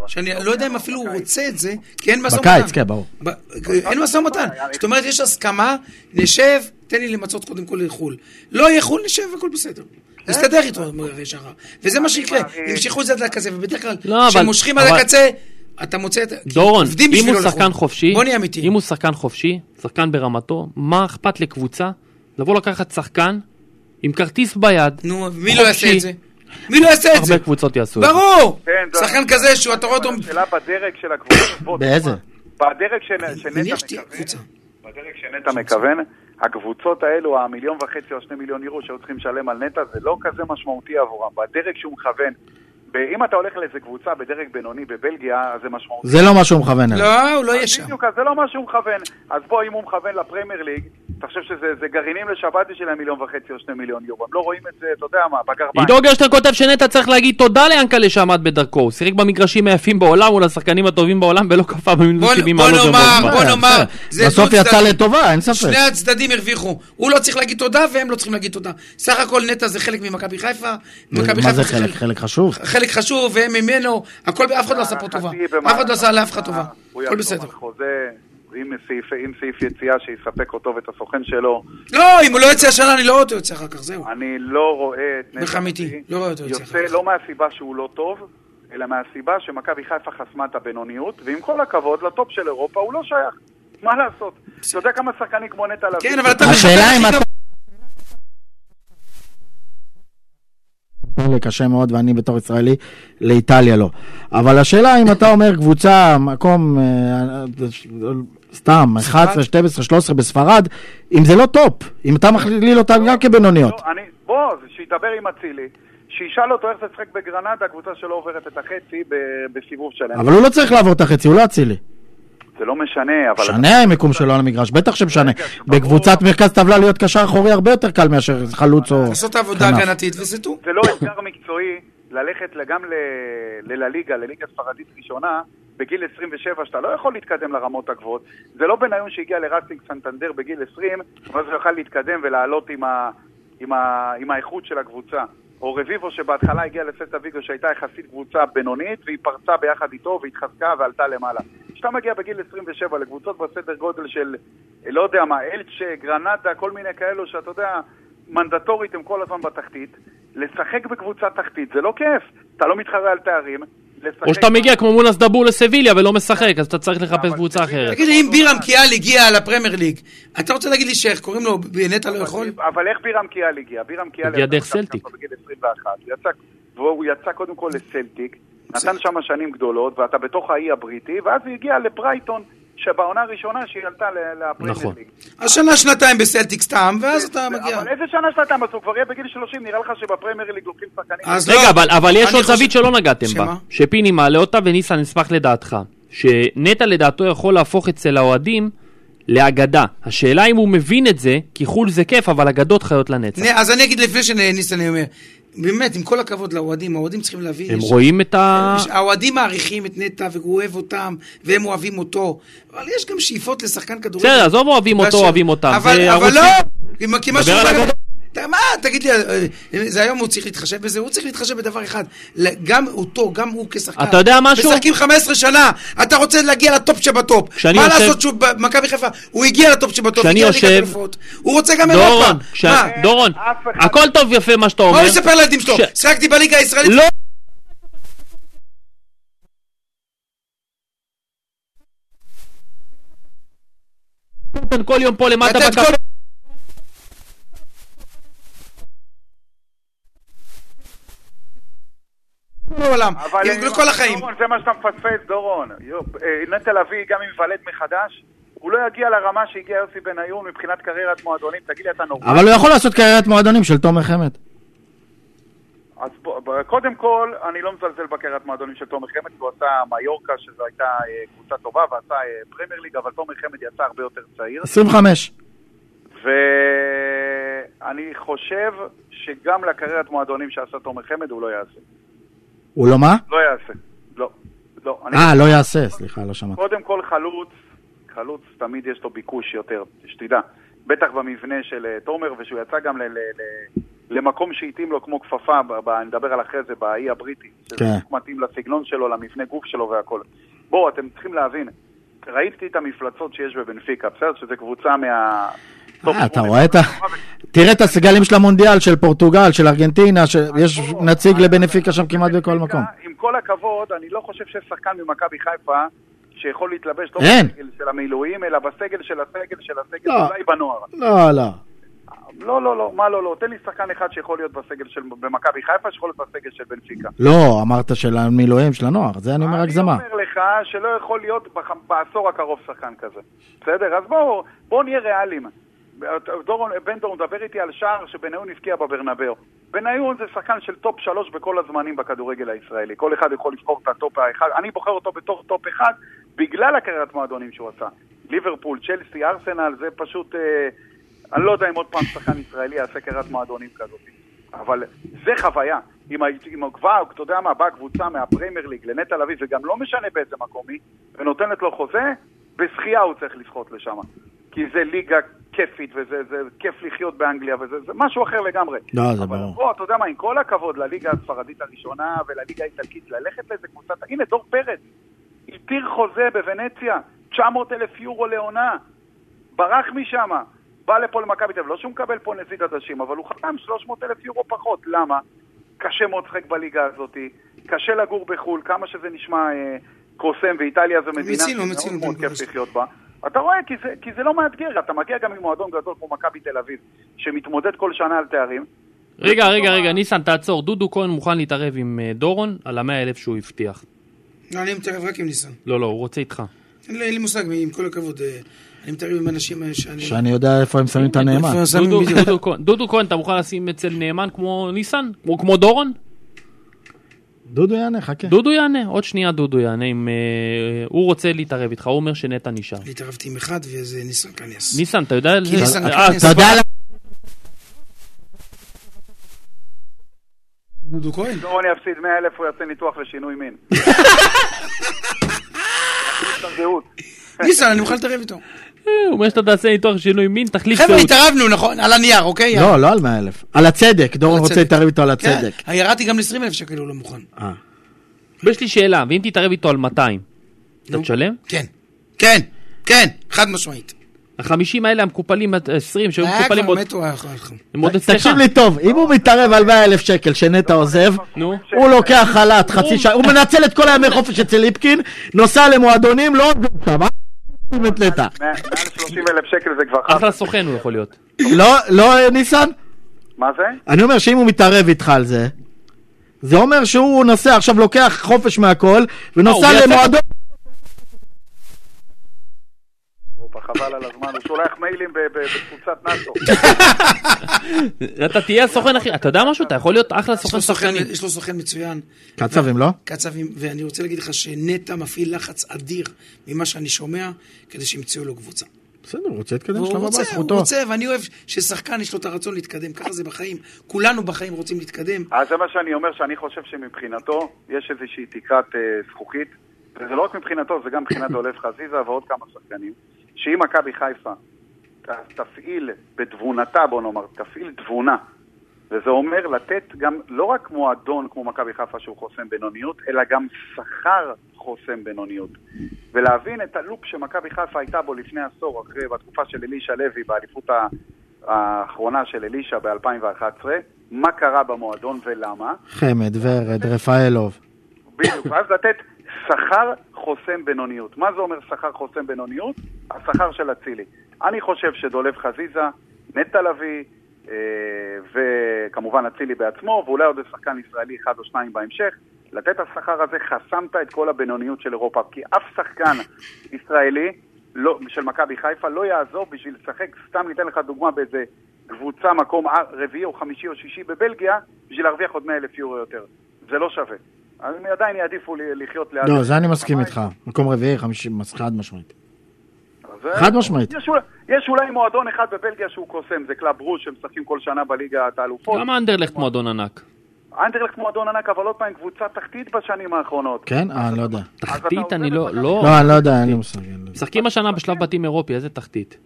Speaker 8: שאני לא יודע אם אפילו הוא רוצה את זה, כי אין משא ומתן.
Speaker 9: בקיץ, כן, ברור.
Speaker 8: ב- אין משא ומתן. זאת אומרת, יש הסכמה, נשב, תן לי למצות קודם כל לחו"ל. לא יהיה חו"ל, נשב, הכל בסדר.
Speaker 10: כן.
Speaker 8: נסתדר איתו, אומר שחר. וזה מה שיקרה. ימשכו את זה עד לקצה, ובדרך כלל,
Speaker 7: לא, אבל-
Speaker 8: כשמושכים עד
Speaker 7: אבל-
Speaker 8: הקצה, אתה מוצא את... כי
Speaker 7: דורון,
Speaker 8: עובדים
Speaker 7: אם
Speaker 8: בשבילו
Speaker 7: הוא שחקן
Speaker 8: לחו"ל.
Speaker 7: חופשי,
Speaker 8: בוא נהיה אמיתי.
Speaker 7: אם הוא שחקן חופשי, שחקן ברמתו, מה אכפת לקבוצה לבוא לקחת שחקן עם כרטיס ביד?
Speaker 8: נו, מי לא יעשה
Speaker 7: חופשי.
Speaker 8: את זה? מי לא יעשה את זה?
Speaker 7: הרבה קבוצות יעשו את זה.
Speaker 8: ברור!
Speaker 10: כן, זה-
Speaker 8: שחקן כזה שהוא, אתה רואה אותו...
Speaker 10: השאלה בדרג של הקבוצה.
Speaker 9: באיזה?
Speaker 10: בדרג של-
Speaker 8: אני
Speaker 10: שנטע
Speaker 8: יש לי קבוצה.
Speaker 10: מכוון. בדרג שנטע מכוון, הקבוצות האלו, המיליון וחצי או שני מיליון יורו שהיו צריכים לשלם על נטע, זה לא כזה משמעותי עבורם. בדרג שהוא מכוון, ב- אם אתה הולך לאיזה קבוצה בדרג בינוני בבלגיה, אז זה משמעותי.
Speaker 9: זה לא מה שהוא מכוון אליו.
Speaker 8: לא, הוא לא יהיה שם.
Speaker 10: בדיוק, אז זה לא מה שהוא מכוון. אז בוא, אם הוא מכוון לפרמייר ליג, אתה חושב שזה זה גרעינים לשבת של המיליון וחצי או שני מיליון יורו. הם לא רואים את זה, אתה יודע מה, בגרביים.
Speaker 7: עידו גרשטיין כותב שנטע צריך להגיד תודה ליאנקלה שעמד בדרכו, הוא שיחק במגרשים היפים בעולם מול השחקנים הטובים בעולם ולא קפא במינוס
Speaker 8: בוא
Speaker 7: 70
Speaker 8: בוא
Speaker 7: מעלות כן,
Speaker 8: נאמר,
Speaker 7: במונדבאום.
Speaker 8: בוא נאמר, זה
Speaker 9: כן, בסוף
Speaker 8: דו-צדדי.
Speaker 9: יצא לטובה, אין ספק.
Speaker 8: שני הצדדים הרוויחו. הוא לא צריך להגיד תודה והם לא צריכים להגיד תודה. סך הכל נטע זה חלק ממכבי חיפה. מכבי
Speaker 9: מה
Speaker 8: חיפה
Speaker 9: זה חלק? חלק חשוב.
Speaker 8: חלק חשוב, והם ממנו, הכל, אף אחד לא עשה פה טובה.
Speaker 10: להערכתי,
Speaker 8: אף אחד
Speaker 10: במהלך
Speaker 8: לא עשה לאף אחד טובה.
Speaker 10: אה, הוא נכון.
Speaker 8: הכל
Speaker 10: יחתום
Speaker 8: בסדר.
Speaker 10: על חוזה, עם סעיף- עם סעיף יציאה שיספק אותו ואת הסוכן שלו.
Speaker 8: לא, אם הוא לא יוצא השנה, אני לא רואה אותו יוצא אחר כך, זהו.
Speaker 10: אני לא רואה את
Speaker 8: לך אמיתי,
Speaker 10: לביא
Speaker 8: לא רואה אותו יוצא
Speaker 10: יוצא
Speaker 8: אחר כך.
Speaker 10: לא מהסיבה שהוא לא טוב, אלא מהסיבה שמכבי חיפה חסמה את הבינוניות, ועם כל הכבוד, לטופ של אירופה הוא לא שייך. מה לעשות? אתה יודע כמה שחקנים כמו נטע לביא...
Speaker 8: כן, אבל אתה
Speaker 9: השאלה אם
Speaker 8: הכי
Speaker 9: אתה...
Speaker 8: גבוה.
Speaker 9: פלא קשה מאוד, ואני בתור ישראלי, לאיטליה לא. אבל השאלה אם אתה אומר קבוצה, מקום, אה, סתם, 11, 12, 13 בספרד, אם זה לא טופ, אם אתה מכליל אותם גם כבינוניות.
Speaker 10: לא, אני... בוא, אז שידבר עם אצילי. שישאל אותו איך זה לשחק בגרנדה, הקבוצה שלא עוברת את החצי ב- בסיבוב שלם.
Speaker 9: אבל הוא לא צריך לעבור את החצי, הוא לא אצילי.
Speaker 10: זה לא משנה, אבל...
Speaker 9: משנה המיקום שלו על המגרש, בטח שמשנה. בקבוצת מרכז טבלה להיות קשר אחורי הרבה יותר קל מאשר חלוץ או...
Speaker 8: לעשות עבודה
Speaker 9: כנף.
Speaker 8: הגנתית וזהו.
Speaker 10: זה לא אתגר מקצועי ללכת ל- גם ל- ללליגה, לליגה ספרדית ראשונה, בגיל 27, שאתה לא יכול להתקדם לרמות הגבוהות. זה לא בניון שהגיע לרסטינג סנטנדר בגיל 20, ואז הוא יוכל להתקדם ולעלות עם, ה... עם, ה... עם האיכות של הקבוצה. או רביבו שבהתחלה הגיע לסלטה ויגו שהייתה יחסית קבוצה בינונית והיא פרצה ביחד איתו והתחזקה ועלתה למעלה. כשאתה מגיע בגיל 27 לקבוצות בסדר גודל של, אה, לא יודע מה, אלצ'ה, גרנדה, כל מיני כאלו שאתה יודע, מנדטורית הם כל הזמן בתחתית. לשחק בקבוצה תחתית זה לא כיף, אתה לא מתחרה על תארים. לשחק-
Speaker 7: או שאתה מגיע כמו מונס דבור לסביליה ולא משחק, אז אתה צריך לחפש קבוצה אחרת.
Speaker 8: תגיד, אם בירם קיאל הגיע לפרמייר ליג, אתה רוצה להגיד לי שאיך קוראים לו, נטע לא יכול?
Speaker 10: אבל איך בירם קיאל הגיע? בירם קיאל
Speaker 7: הגיע
Speaker 10: יצא
Speaker 7: דרך
Speaker 10: עכשיו
Speaker 7: סלטיק.
Speaker 10: ככה בגיל 21, הוא יצא, והוא יצא קודם כל לסלטיק, נתן שם שנים גדולות, ואתה בתוך האי הבריטי, ואז הוא הגיע לברייטון, שבעונה הראשונה שהיא עלתה ל- לפרמייר
Speaker 7: נכון.
Speaker 10: ליג.
Speaker 8: אז שנה, שנתיים בסלטיק סתם, ואז אתה מגיע.
Speaker 10: אבל איזה שנה שנתיים אז הוא כבר יהיה בגיל 30, נראה לך שבפרמייר ליג לוקחים שחקנים...
Speaker 8: אז לא.
Speaker 7: רגע, אבל, אבל יש
Speaker 8: אני
Speaker 7: עוד
Speaker 8: חושב-
Speaker 7: זווית שלא נגעתם בה,
Speaker 8: שמה?
Speaker 7: שפיני מעלה אותה וניסן נשמח לדעתך, שנטע לדעתו יכול להפוך אצל האוהדים לאגדה. השאלה אם הוא מבין את זה, כי חו"ל זה כיף, אבל אגדות חיות לנצח.
Speaker 8: נה, אז אני אגיד לפני שניסן אומר, באמת, עם כל הכבוד לאוהדים, האוהדים צריכים להבין...
Speaker 7: הם
Speaker 8: יש- אה,
Speaker 7: רואים את ה...
Speaker 8: יש- האוהדים מעריכים את נטע והוא אוהב אותם, והם אוהבים אותו, אבל יש גם שאיפות לשחקן כדורגל.
Speaker 7: בסדר, עזוב אוהבים אותו,
Speaker 8: באשר-
Speaker 7: אוהבים אותם.
Speaker 8: אבל
Speaker 7: זה
Speaker 8: אבל
Speaker 7: ערוץ-
Speaker 8: לא, עם- כי מה
Speaker 7: דבר
Speaker 8: שהוא
Speaker 7: על
Speaker 8: אומר...
Speaker 7: הגדול.
Speaker 8: אתה- מה, תגיד לי, אה, אה, זה היום הוא צריך להתחשב בזה, הוא צריך להתחשב בדבר אחד, ל- גם אותו, גם הוא כשחקן.
Speaker 7: אתה יודע משהו?
Speaker 8: משחקים 15 שנה, אתה רוצה להגיע לטופ שבטופ.
Speaker 7: כשאני
Speaker 8: מה
Speaker 7: יושב-
Speaker 8: לעשות שהוא במכבי חיפה, הוא הגיע לטופ שבטופ,
Speaker 7: כשאני
Speaker 8: הגיע לליגת
Speaker 7: יושב-
Speaker 8: אלופות, הוא רוצה גם אירופה.
Speaker 7: דורון, כש-
Speaker 8: מה,
Speaker 7: דורון,
Speaker 10: אף אחד-
Speaker 7: הכל טוב ויפה מה שאתה
Speaker 8: מה
Speaker 7: אומר.
Speaker 8: הוא יספר לילדים שלו?
Speaker 7: ש-
Speaker 8: שיחקתי בליגה הישראלית,
Speaker 7: לא! כל יום פה למטה
Speaker 8: לתת
Speaker 7: בקפה.
Speaker 8: כל- בעולם,
Speaker 10: אבל- אה,
Speaker 8: עם- לכל החיים.
Speaker 10: דורון, זה מה שאתה מפספס, דורון. יופ, אה, נטע לביא, גם אם ייוולד מחדש, הוא לא יגיע לרמה שהגיע יוסי בניון מבחינת קריירת מועדונים. תגיד לי, אתה נורמלי?
Speaker 9: אבל הוא יכול לעשות קריירת מועדונים של תומר חמד.
Speaker 10: אז ב, ב, קודם כל, אני לא מזלזל בקריירת מועדונים של תומר חמד, כי הוא עשה מיורקה, שזו הייתה אה, קבוצה טובה, ועשה אה, פרמייר ליג, אבל תומר חמד יצא הרבה יותר צעיר.
Speaker 9: 25.
Speaker 10: ואני חושב שגם לקריירת מועדונים שעשה תומר חמד, הוא לא יעשה.
Speaker 9: הוא לא מה?
Speaker 10: לא יעשה. לא. לא. אני-
Speaker 9: אה, לא יעשה, סליחה, לא שמעתי.
Speaker 10: קודם כל חלוץ, חלוץ תמיד יש לו ביקוש יותר, שתדע. בטח במבנה של אה, תומר, ושהוא יצא גם ל, ל, ל, למקום שהתאים לו כמו כפפה, ב, ב, נדבר על אחרי זה, באי הבריטי. שזה
Speaker 9: כן.
Speaker 10: בדיוק מתאים לסגנון שלו, למבנה גוף שלו והכל. בואו, אתם צריכים להבין, ראיתי את המפלצות שיש בבנפיקה, בסדר? שזה קבוצה מה... טופ
Speaker 9: אה, אתה
Speaker 10: שמונה.
Speaker 9: רואה את ה... תראה את הסגלים של המונדיאל, של פורטוגל, של ארגנטינה, שיש נציג לבנפיקה שם כמעט בכל מקום.
Speaker 10: עם כל הכבוד, אני לא חושב שיש שחקן ממכבי חיפה שיכול להתלבש לא
Speaker 9: אין.
Speaker 10: בסגל של המילואים, אלא בסגל של הסגל של הסגל,
Speaker 9: לא.
Speaker 10: אולי בנוער.
Speaker 9: לא, לא.
Speaker 10: לא, לא, לא, מה לא, לא. תן לי שחקן אחד שיכול להיות בסגל של במכבי חיפה, שיכול להיות בסגל של בנפיקה.
Speaker 9: לא, אמרת של המילואים, של הנוער, זה אני אומר הגזמה.
Speaker 10: אני אומר לך שלא יכול להיות בח... בעשור הקרוב שחקן כזה. בסדר? אז בואו בוא נהיה ריאליים. דורון, בן דורון, דבר איתי על שער שבניון הבקיע בברנבאו. בניון זה שחקן של טופ שלוש בכל הזמנים בכדורגל הישראלי. כל אחד יכול לבחור את הטופ האחד. אני בוחר אותו בתור טופ אחד בגלל הקריירת מועדונים שהוא עשה. ליברפול, צ'לסי, ארסנל, זה פשוט... אה, אני לא יודע אם עוד פעם שחקן ישראלי יעשה קריירת מועדונים כזאת. אבל זה חוויה. אם, היית- אם כבר, אתה יודע מה, באה קבוצה מהפריימר ליג לנטע לביא, וגם לא משנה באיזה מקום היא, ונותנת לו חוזה, בשחייה הוא צריך לשחות לשם. כי זה ליגה כיפית, וזה זה כיף לחיות באנגליה, וזה זה משהו אחר לגמרי.
Speaker 9: לא, זה
Speaker 10: אבל
Speaker 9: ברור.
Speaker 10: בוא, אתה יודע מה, עם כל הכבוד לליגה הספרדית הראשונה ולליגה האיטלקית, ללכת לאיזה קבוצה, הנה, דור פרץ, התיר חוזה בוונציה, 900 אלף יורו לעונה, ברח משם, בא לפה למכבי תל אביב, לא שהוא מקבל פה נזיד עדשים, אבל הוא חתם 300 אלף יורו פחות, למה? קשה מאוד לשחק בליגה הזאת, קשה לגור בחו"ל, כמה שזה נשמע אה, קוסם, ואיטליה זו מדינה
Speaker 8: מיצינו, מיצינו את
Speaker 10: מאוד
Speaker 8: הנקודה
Speaker 10: כיף
Speaker 8: הזאת.
Speaker 10: לחיות בה. אתה רואה, כי זה, כי זה לא מאתגר, אתה מגיע גם ממועדון גדול כמו מכבי תל אביב, שמתמודד כל שנה על תארים.
Speaker 7: רגע, רגע, רגע, ניסן, תעצור. דודו כהן מוכן להתערב עם אה, דורון על המאה אלף שהוא הבטיח.
Speaker 8: לא, אני מתערב רק עם ניסן.
Speaker 7: לא, לא, הוא רוצה איתך.
Speaker 8: אין לי- אין לי מושג, עם כל הכבוד, אה, אני מתערב עם אנשים אה, שאני... לא,
Speaker 9: שאני יודע איפה הם שמים את הנאמן.
Speaker 8: איפה שמים
Speaker 7: דודו-
Speaker 8: בדיוק.
Speaker 7: דודו כהן- דודו כהן, אתה מוכן לשים אצל נאמן כמו ניסן? כמו- כמו דורון?
Speaker 9: דודו יענה, חכה.
Speaker 7: דודו יענה, עוד שנייה דודו יענה אם אה, הוא רוצה להתערב איתך, הוא אומר שנטע נשאר.
Speaker 8: התערבתי עם אחד וזה ניסן קניאס.
Speaker 7: ניסן, אתה יודע...
Speaker 8: כי ניסן
Speaker 7: אה,
Speaker 8: קניאס-
Speaker 7: אה,
Speaker 8: תודה דודו כהן.
Speaker 10: אם דורון יפסיד 100 אלף, הוא יעשה ניתוח לשינוי מין.
Speaker 8: ניסן, אני מוכן להתערב איתו.
Speaker 7: אה, הוא אומר שאתה תעשה ניתוח שינוי מין, תחליף
Speaker 8: חבר'ה,
Speaker 7: זהות.
Speaker 8: התערבנו, נכון? על הנייר, אוקיי? יאללה.
Speaker 9: לא, לא על 100 אלף. על הצדק, דורון
Speaker 8: על
Speaker 9: רוצה
Speaker 8: הצדק.
Speaker 9: להתערב איתו על
Speaker 8: כן,
Speaker 9: הצדק.
Speaker 8: ירדתי גם ל-20 אלף שקל, הוא לא מוכן.
Speaker 7: יש לי שאלה, ואם תתערב איתו על 200, אתה תשלם?
Speaker 8: כן. כן, כן, חד משמעית.
Speaker 7: החמישים האלה המקופלים, עד 20 שהיו
Speaker 8: היה
Speaker 7: מקופלים
Speaker 8: אה, כבר
Speaker 7: עוד...
Speaker 8: מתו, היה יכול לך.
Speaker 7: הם עוד אצלך.
Speaker 9: תקשיב לי טוב, אם הוא מתערב על 100 אלף שקל שנטע עוזב,
Speaker 7: נו.
Speaker 9: הוא לוקח חל"ת חצי שעה, הוא מנצל את כל הימי חופש אצל ליפקין, נוסע למועדונים, לא עובד שם, אה? עוזבים את נטע.
Speaker 10: מעל 30 אלף שקל זה כבר חף.
Speaker 7: אחלה סוכן הוא יכול להיות.
Speaker 9: לא, לא, אה, ניסן?
Speaker 10: מה זה?
Speaker 9: אני אומר שאם הוא מתערב איתך על זה, זה אומר שהוא נוסע עכשיו, לוקח חופש מהכל, ונוסע
Speaker 7: אה, הוא יעשה-
Speaker 9: למועדון...
Speaker 10: הופה, חבל על הזמן, הוא שולח מיילים ב- ב- בקבוצת נאטו.
Speaker 7: אתה תהיה הסוכן הכי... אתה יודע משהו? אתה יכול להיות אחלה
Speaker 8: יש
Speaker 7: סוכן
Speaker 8: לו סוכן-
Speaker 7: סוכנים.
Speaker 8: יש לו סוכן מצוין.
Speaker 9: קצבים, לא?
Speaker 8: קצבים, ואני רוצה להגיד לך שנטע מפעיל לחץ אדיר ממה שאני שומע, כדי שימצאו לו קבוצה.
Speaker 9: בסדר, הוא רוצה להתקדם
Speaker 8: והוא
Speaker 9: שלב הבא,
Speaker 8: רוצה, הוא
Speaker 9: זכותו.
Speaker 8: רוצה, ואני אוהב ששחקן יש לו את הרצון להתקדם, ככה זה בחיים. כולנו בחיים רוצים להתקדם.
Speaker 7: אה,
Speaker 10: אז זה מה שאני אומר, שאני חושב שמבחינתו יש איזושהי תקרת אה, זכוכית, וזה לא רק מבחינתו, זה גם מבחינת דולף חזיזה ועוד כמה שחקנים, שאם מכבי חיפה ת- תפעיל בתבונתה, בוא נאמר, תפעיל תבונה, וזה אומר לתת גם לא רק מועדון כמו מכבי חיפה שהוא חוסם בינוניות, אלא גם שכר חוסם בינוניות. ולהבין את הלופ שמכבי חיפה הייתה בו לפני עשור, אחרי, בתקופה של אלישע לוי, באליפות ה- האחרונה של אלישע ב-2011, מה קרה במועדון ולמה,
Speaker 9: חמד, ורד, רפאלוב.
Speaker 10: בדיוק, ואז לתת שכר חוסם בינוניות. מה זה אומר שכר חוסם בינוניות? השכר של אצילי. אני חושב שדולב חזיזה, נטע לביא, אה, וכמובן אצילי בעצמו, ואולי עוד שחקן ישראלי אחד או שניים בהמשך, לתת השכר הזה חסמת את כל הבינוניות של אירופה, כי אף שחקן ישראלי לא, של מכבי חיפה לא יעזוב בשביל לשחק, סתם ניתן לך דוגמה באיזה קבוצה מקום רביעי או חמישי או שישי בבלגיה, בשביל להרוויח עוד 100 אלף יורו יותר. זה לא שווה. אז הם עדיין יעדיפו ל- לחיות ליד...
Speaker 9: לא, זה אני מסכים
Speaker 10: במים.
Speaker 9: איתך. מקום רביעי, חמישי, מס- חד משמעית.
Speaker 10: אז זה-
Speaker 9: חד משמעית.
Speaker 10: יש אולי- יש אולי מועדון אחד בבלגיה שהוא קוסם, זה קלאב רוש, שמשחקים כל שנה בליגת האלופות.
Speaker 7: למה אנדרלכט מועדון ענק?
Speaker 10: אנדרלכט מועדון ענק, אבל עוד פעם קבוצה תחתית בשנים האחרונות.
Speaker 9: כן? אה, אני לא יודע.
Speaker 10: אז אתה
Speaker 7: תחתית
Speaker 10: עוזב
Speaker 7: אני
Speaker 10: את
Speaker 7: לא...
Speaker 10: מכבי-
Speaker 7: לא.
Speaker 9: לא, אני לא יודע, אין לי מושג. אין לי-
Speaker 7: משחקים השנה בשלב בתים אירופי, איזה תחתית.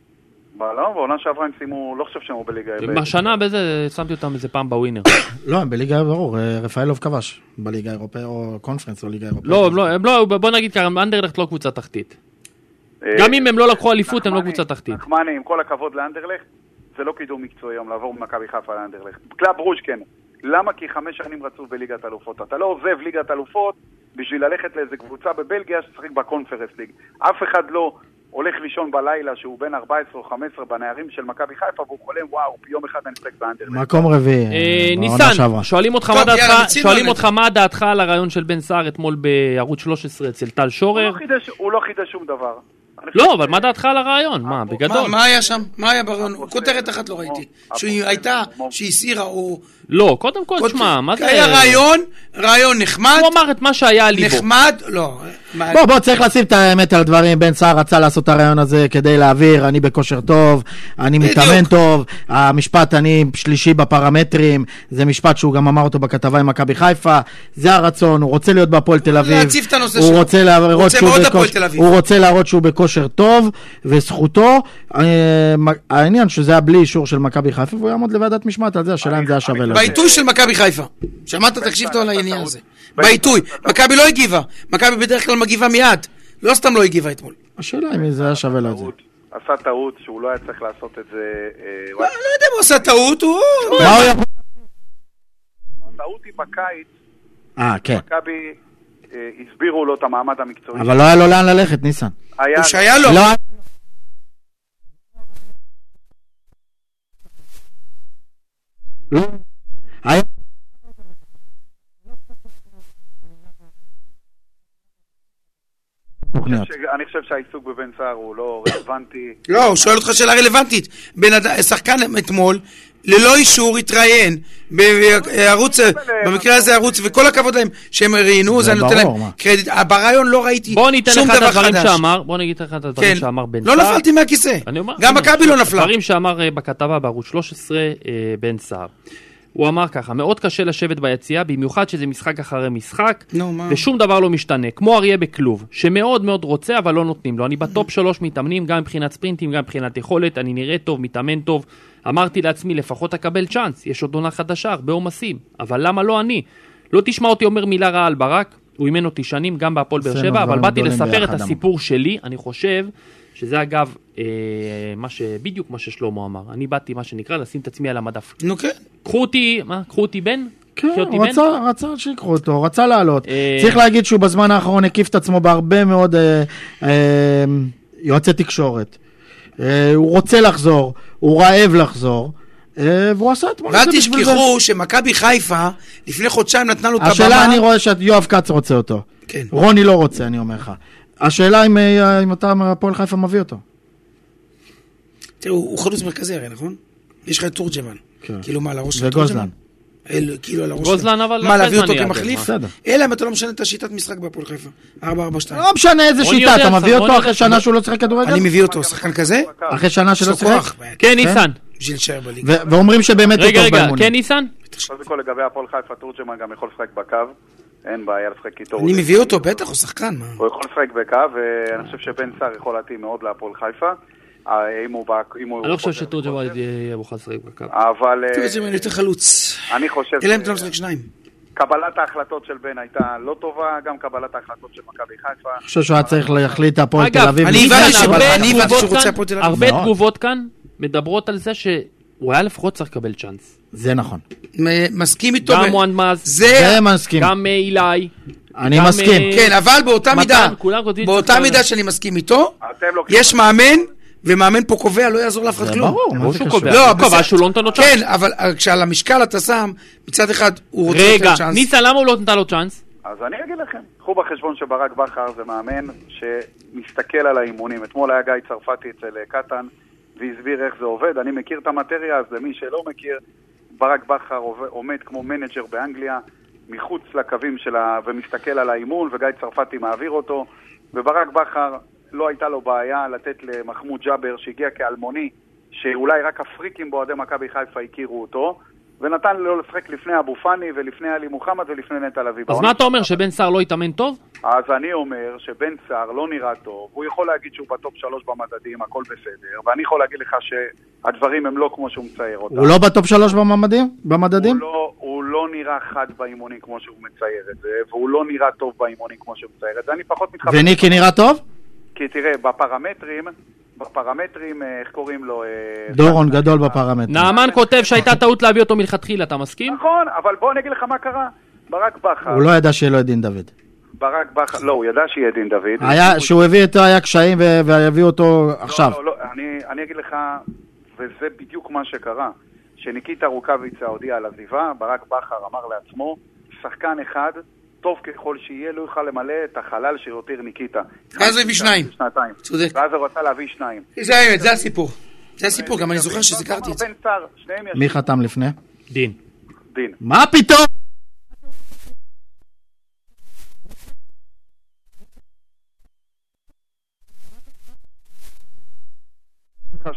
Speaker 10: מה, לא, בעונה שעברה הם סיימו, לא חושב שהם היו בליגה.
Speaker 7: השנה באיזה... שמתי אותם איזה פעם בווינר.
Speaker 9: לא, הם בליגה, ברור, אה, רפאלוב כבש. בליגה האירופאית, או קונפרנס, או ליגה אירופאית.
Speaker 7: לא, הם לא... הם לא... בוא נגיד ככה, אנדרלכט לא קבוצה תחתית.
Speaker 10: אה,
Speaker 7: גם אם הם לא לקחו אליפות, הם לא
Speaker 8: אה,
Speaker 10: נחמני,
Speaker 7: קבוצה תחתית.
Speaker 10: נחמני, עם כל הכבוד לאנדרלכט, זה לא קידום מקצועי היום לעבור ממכבי חיפה לאנדרלכט. קלאב רוש כן. למה? כי חמש שנים רצוף בליגת אלופות. אתה לא עוזב ליגת אלופות בשביל ללכת לאיזה קבוצה בבלגיה שתשחק בקונפרנס ליג. אף אחד לא הולך לישון בלילה שהוא בן 14 או 15 בנערים של מכבי חיפה והוא חולם, וואו, יום אחד אני אשחק באנדרלכט.
Speaker 9: מקום רביעי,
Speaker 7: לא- אה,
Speaker 9: אה, בעונה
Speaker 7: ניסן,
Speaker 9: שעברה.
Speaker 7: שואלים אותך
Speaker 8: טוב,
Speaker 7: מה
Speaker 8: יאללה,
Speaker 7: דעתך-
Speaker 8: מיצינו
Speaker 7: שואלים
Speaker 8: על
Speaker 7: אותך מה דעתך על הרעיון של בן סער אתמול בערוץ 13 אצל טל
Speaker 10: הוא
Speaker 7: שורר?
Speaker 10: לא חידש- הוא לא חידש שום דבר. אני חושב
Speaker 7: לא, אבל מה דעתך על הרעיון? מה,
Speaker 8: מה
Speaker 7: בגדול?
Speaker 8: מה היה שם? מה היה
Speaker 7: אה,
Speaker 8: ברעיון? כותרת אחת לא ראיתי. שהיא הייתה, שהיא הסעירה, או...
Speaker 7: לא, קודם כל, אה, תשמע, מה זה...
Speaker 8: היה רעיון, רעיון נחמד,
Speaker 7: הוא אמר את מה שהיה על ליבו.
Speaker 8: נחמד, לא. מה-
Speaker 9: בוא, בוא, צריך לשים את האמת על הדברים. בן סער רצה לעשות את הרעיון הזה כדי להעביר, אני בכושר טוב, אני
Speaker 8: בדיוק.
Speaker 9: מתאמן טוב, המשפט אני שלישי בפרמטרים, זה משפט שהוא גם אמר אותו בכתבה עם מכבי חיפה, זה הרצון, הוא רוצה להיות בהפועל תל אביב.
Speaker 8: להציף את הנושא
Speaker 9: הוא
Speaker 8: שלו.
Speaker 9: רוצה להראות
Speaker 8: רוצה
Speaker 9: שהוא
Speaker 8: מאוד
Speaker 9: בכוש-
Speaker 8: הפועל תל אביב.
Speaker 9: הוא רוצה להראות שהוא בכושר טוב, וזכותו. אה, מ- העניין שזה היה בלי אישור של מכבי חיפה, והוא יעמוד לוועדת משמעת על זה, השאלה אם זה היה שווה לו.
Speaker 8: בעיתוי של מכבי חיפה. שמעת? תקשיב טוב על העניין הזה. בעיתוי. מכבי לא הגיבה. מכבי בדרך כלל מגיבה מיד. לא סתם לא הגיבה אתמול.
Speaker 9: השאלה אם זה היה שווה לו את זה.
Speaker 10: טעות. עשה טעות שהוא לא היה צריך לעשות את זה. אה, הוא
Speaker 8: לא
Speaker 10: היה
Speaker 8: יודע אם הוא עשה טעות, הוא...
Speaker 7: לא.
Speaker 9: מה הוא יכול-
Speaker 10: הטעות היא בקיץ,
Speaker 9: אה, כן.
Speaker 10: מכבי אה, הסבירו לו את המעמד המקצועי.
Speaker 9: אבל לא היה לו לאן ללכת, ניסן.
Speaker 10: היה...
Speaker 8: הוא שהיה לו.
Speaker 9: לא היה לא. היה- תוכניות.
Speaker 10: ש- אני חושב שהעיסוק בבן סער הוא לא רלוונטי.
Speaker 8: לא, הוא שואל אותך שאלה רלוונטית. בן אדם, שחקן אתמול, ללא אישור התראיין בערוץ,
Speaker 7: לא
Speaker 8: במקרה הזה ערוץ, וכל הכבוד להם שהם ראיינו,
Speaker 7: זה
Speaker 8: זה אני נותן
Speaker 7: ברור,
Speaker 8: להם
Speaker 7: מה.
Speaker 8: קרדיט. ברעיון לא ראיתי
Speaker 7: בוא ניתן
Speaker 8: שום
Speaker 7: לך את
Speaker 8: דבר
Speaker 7: הדברים
Speaker 8: חדש.
Speaker 7: שאמר, בוא נגיד לך את הדברים
Speaker 8: כן.
Speaker 7: שאמר בן
Speaker 8: לא
Speaker 7: סער.
Speaker 8: נפלתי מהכיסא.
Speaker 7: אני אומר,
Speaker 8: גם
Speaker 7: הנה,
Speaker 8: מכבי לא נפלה.
Speaker 7: דברים שאמר אה, בכתבה בערוץ 13, אה, בן סער. הוא אמר ככה, מאוד קשה לשבת ביציאה, במיוחד שזה משחק אחרי משחק,
Speaker 8: נו, מה?
Speaker 7: ושום דבר לא משתנה, כמו אריה בכלוב, שמאוד מאוד רוצה אבל לא נותנים לו. אני
Speaker 8: Mm.
Speaker 7: בטופ שלוש מתאמנים, גם מבחינת ספרינטים, גם מבחינת יכולת, אני נראה טוב, מתאמן טוב. אמרתי לעצמי, לפחות אקבל צ'אנס, יש עוד עונה חדשה, הרבה עומסים, אבל למה לא אני? לא תשמע אותי אומר מילה רעה על ברק, הוא אימן אותי שנים, גם בהפועל באר
Speaker 9: עשינו
Speaker 7: שבע, אבל
Speaker 9: דברים
Speaker 7: באתי
Speaker 9: גדולים
Speaker 7: לספר את
Speaker 9: ביחד,
Speaker 7: הסיפור. הסיפור שלי, אני חושב שזה אגב, אה, מה ש... בדיוק מה ששלמה אמר. אני באתי, מה שנקרא, לשים את עצמי על המדף.
Speaker 8: נו כן.
Speaker 7: קחו אותי, מה? קחו אותי בן?
Speaker 9: כן,
Speaker 7: קחי אותי
Speaker 9: הוא
Speaker 7: בן?
Speaker 9: רצה, רצה שיקחו אותו, רצה לעלות.
Speaker 7: אה,
Speaker 9: צריך להגיד שהוא בזמן האחרון הקיף את עצמו בהרבה מאוד אה, אה, יועצי תקשורת. אה, הוא רוצה לחזור, הוא רעב לחזור, אה, והוא עשה אתמול
Speaker 8: ואל
Speaker 9: את זה בשביל זה.
Speaker 8: תשכחו שמכבי חיפה לפני חודשיים נתנה לו את הבמה.
Speaker 9: השאלה, אני רואה שיואב כץ רוצה אותו.
Speaker 8: כן.
Speaker 9: רוני לא רוצה, אני אומר לך. השאלה אם, אה, אם אתה מהפועל חיפה מביא אותו.
Speaker 8: תראו, הוא חלוץ מרכזי הרי, נכון? יש לך את תורג'מן.
Speaker 9: כן.
Speaker 8: כאילו מה, על הראש של
Speaker 9: וגוזלן.
Speaker 8: תורג'מן? אל- כאילו על הראש
Speaker 7: גוזלן,
Speaker 8: שלו.
Speaker 7: אבל
Speaker 8: מה,
Speaker 7: הרבה
Speaker 8: להביא
Speaker 7: זמן
Speaker 8: אותו
Speaker 7: יהיה,
Speaker 8: כמחליף?
Speaker 7: אבל מה.
Speaker 8: אלא אם אתה לא משנה את השיטת משחק בהפועל חיפה. 4-4-2.
Speaker 9: לא משנה איזה
Speaker 8: רוני
Speaker 9: שיטה,
Speaker 8: יודע,
Speaker 9: אתה מביא
Speaker 8: רוני
Speaker 9: אותו אחרי
Speaker 8: יודע.
Speaker 9: שנה שהוא לא שיחק כדורגל?
Speaker 8: אני מביא אותו, שחקן כזה?
Speaker 9: אחרי שנה שלא
Speaker 8: יש לו כוח,
Speaker 9: שיחק?
Speaker 8: בעיה.
Speaker 7: כן, ניסן.
Speaker 8: בשביל להישאר בליגה.
Speaker 9: ו- ואומרים שבאמת הוא
Speaker 7: רגע,
Speaker 9: טוב
Speaker 7: רגע,
Speaker 9: באמון.
Speaker 7: כן ניסן?
Speaker 10: קודם כל לגבי הפועל חיפה, תורג'מן גם יכול לשחק בקו, אין בעיה לשחק איתו.
Speaker 8: אני מביא אותו, בטח, הוא שחקן, מה?
Speaker 10: הוא יכול לשחק בקו, ואני חושב שבן סער יכול להתאים מאוד להפועל חיפה. אה, אם הוא... בא- אם הוא-
Speaker 7: אני לא חושב שתורג'מן יהיה מוכן לשחק בקו.
Speaker 10: אבל... אה,
Speaker 8: תורג'מן יותר חלוץ.
Speaker 10: אני חושב...
Speaker 8: אלא אם אתה לא משחק שניים.
Speaker 10: קבלת ההחלטות של בן הייתה לא טובה, גם קבלת ההחלטות של מכבי חיפה.
Speaker 9: אני חושב שהוא היה צריך להחליט הפועל תל
Speaker 7: אגב,
Speaker 9: אביב.
Speaker 8: אני הבנתי
Speaker 7: ניסן,
Speaker 8: שהוא-
Speaker 7: הרבה
Speaker 8: אני הבנתי שהוא
Speaker 7: תגובות
Speaker 8: רוצה
Speaker 7: כאן-
Speaker 8: הפועל תל אביב.
Speaker 7: הרבה
Speaker 9: מאוד.
Speaker 7: תגובות כאן מדברות על זה שהוא היה לפחות צריך לקבל צ'אנס.
Speaker 9: זה נכון.
Speaker 8: מ- מסכים איתו.
Speaker 7: גם
Speaker 8: ב-
Speaker 7: מואן מאז,
Speaker 8: זה...
Speaker 9: זה מסכים.
Speaker 7: גם אה, אילי.
Speaker 9: אני
Speaker 7: גם,
Speaker 9: מסכים.
Speaker 7: אה,
Speaker 8: כן, אבל באותה
Speaker 7: מתן,
Speaker 8: מידה,
Speaker 7: כולם כותבים
Speaker 8: באותה
Speaker 7: צריך-
Speaker 8: מידה שאני מסכים איתו,
Speaker 10: אתם לוקחים...
Speaker 8: יש מאמן, ומאמן פה קובע, לא יעזור לאף אחד כלום.
Speaker 9: ברור, מה
Speaker 7: ברור
Speaker 9: זה
Speaker 7: שהוא
Speaker 9: קשור?
Speaker 7: קובע.
Speaker 8: לא,
Speaker 7: הוא קבע
Speaker 8: בסדר.
Speaker 7: שהוא לא נותן לו צ'אנס.
Speaker 8: כן, אבל אה, כשעל המשקל אתה שם, מצד אחד הוא רוצה
Speaker 7: רגע,
Speaker 8: יותר צ'אנס.
Speaker 7: ניסן, למה הוא לא נתן לו צ'אנס?
Speaker 10: אז אני אגיד לכם, קחו בחשבון שברק בכר זה מאמן שמסתכל על האימונים. אתמול היה גיא צרפתי אצל אה, קטן והסביר איך זה עובד. אני מכיר את המטריה, אז למי שלא מכיר, ברק בכר עובד- עומד כמו מנג'ר באנגליה, מחוץ לקווים שלה, ומסתכל על האימון, וגיא צרפתי מעביר אותו. וברק בכר, לא הייתה לו בעיה לתת למחמוד ג'אבר, שהגיע כאלמוני, שאולי רק הפריקים באוהדי מכבי חיפה הכירו אותו. ונתן לו לשחק לפני אבו פאני ולפני עלי מוחמד ולפני נטע לביא.
Speaker 7: אז
Speaker 8: נכון.
Speaker 10: בעונה
Speaker 7: מה אתה אומר, שבן סער לא התאמן טוב?
Speaker 8: כן.
Speaker 10: אז אני אומר שבן סער לא נראה טוב, הוא יכול להגיד שהוא בטופ שלוש במדדים, הכל בסדר, ואני יכול להגיד לך שהדברים הם לא כמו שהוא מצייר אותם.
Speaker 9: הוא לא בטופ שלוש בממדים? במדדים?
Speaker 10: הוא לא, הוא לא נראה חד באימונים כמו שהוא מצייר את זה, והוא לא נראה טוב באימונים כמו שהוא מצייר את זה. אני פחות מתחבר,
Speaker 9: וניקי נראה טוב?
Speaker 10: אה, כי תראה, בפרמטרים, בפרמטרים, אה, איך קוראים לו? אה,
Speaker 9: דורון גדול בפרמטרים.
Speaker 7: נעמן כותב שהייתה טעות להביא אותו מלכתחילה, אתה מסכים?
Speaker 10: נכון, אבל בוא אני אגיד לך מה קרה. ברק בכר,
Speaker 9: הוא לא ידע שיהיה לו את דין דוד.
Speaker 10: ברק בכר, לא, הוא ידע שיהיה דין דוד.
Speaker 9: היה, שהוא הביא אותו היה קשיים ו- והביאו אותו עכשיו.
Speaker 10: אה, לא, לא, לא, אני, אני אגיד לך, וזה בדיוק מה שקרה. שניקיטה רוקאביצה הודיע על עזיבה, ברק בכר אמר לעצמו, שחקן אחד, טוב ככל שיהיה, לא יוכל למלא את החלל שיותיר ניקיטה.
Speaker 8: ואז הוא הביא שניים.
Speaker 10: שנתיים.
Speaker 8: צודק.
Speaker 10: ואז הוא רצה להביא שניים. לא,
Speaker 8: זה האמת, זה הסיפור. זה הסיפור, גם אני זוכר שזכרתי את זה.
Speaker 10: בן סער, שניהם יש
Speaker 9: מי חתם לפני?
Speaker 7: דין.
Speaker 10: דין.
Speaker 9: מה פתאום?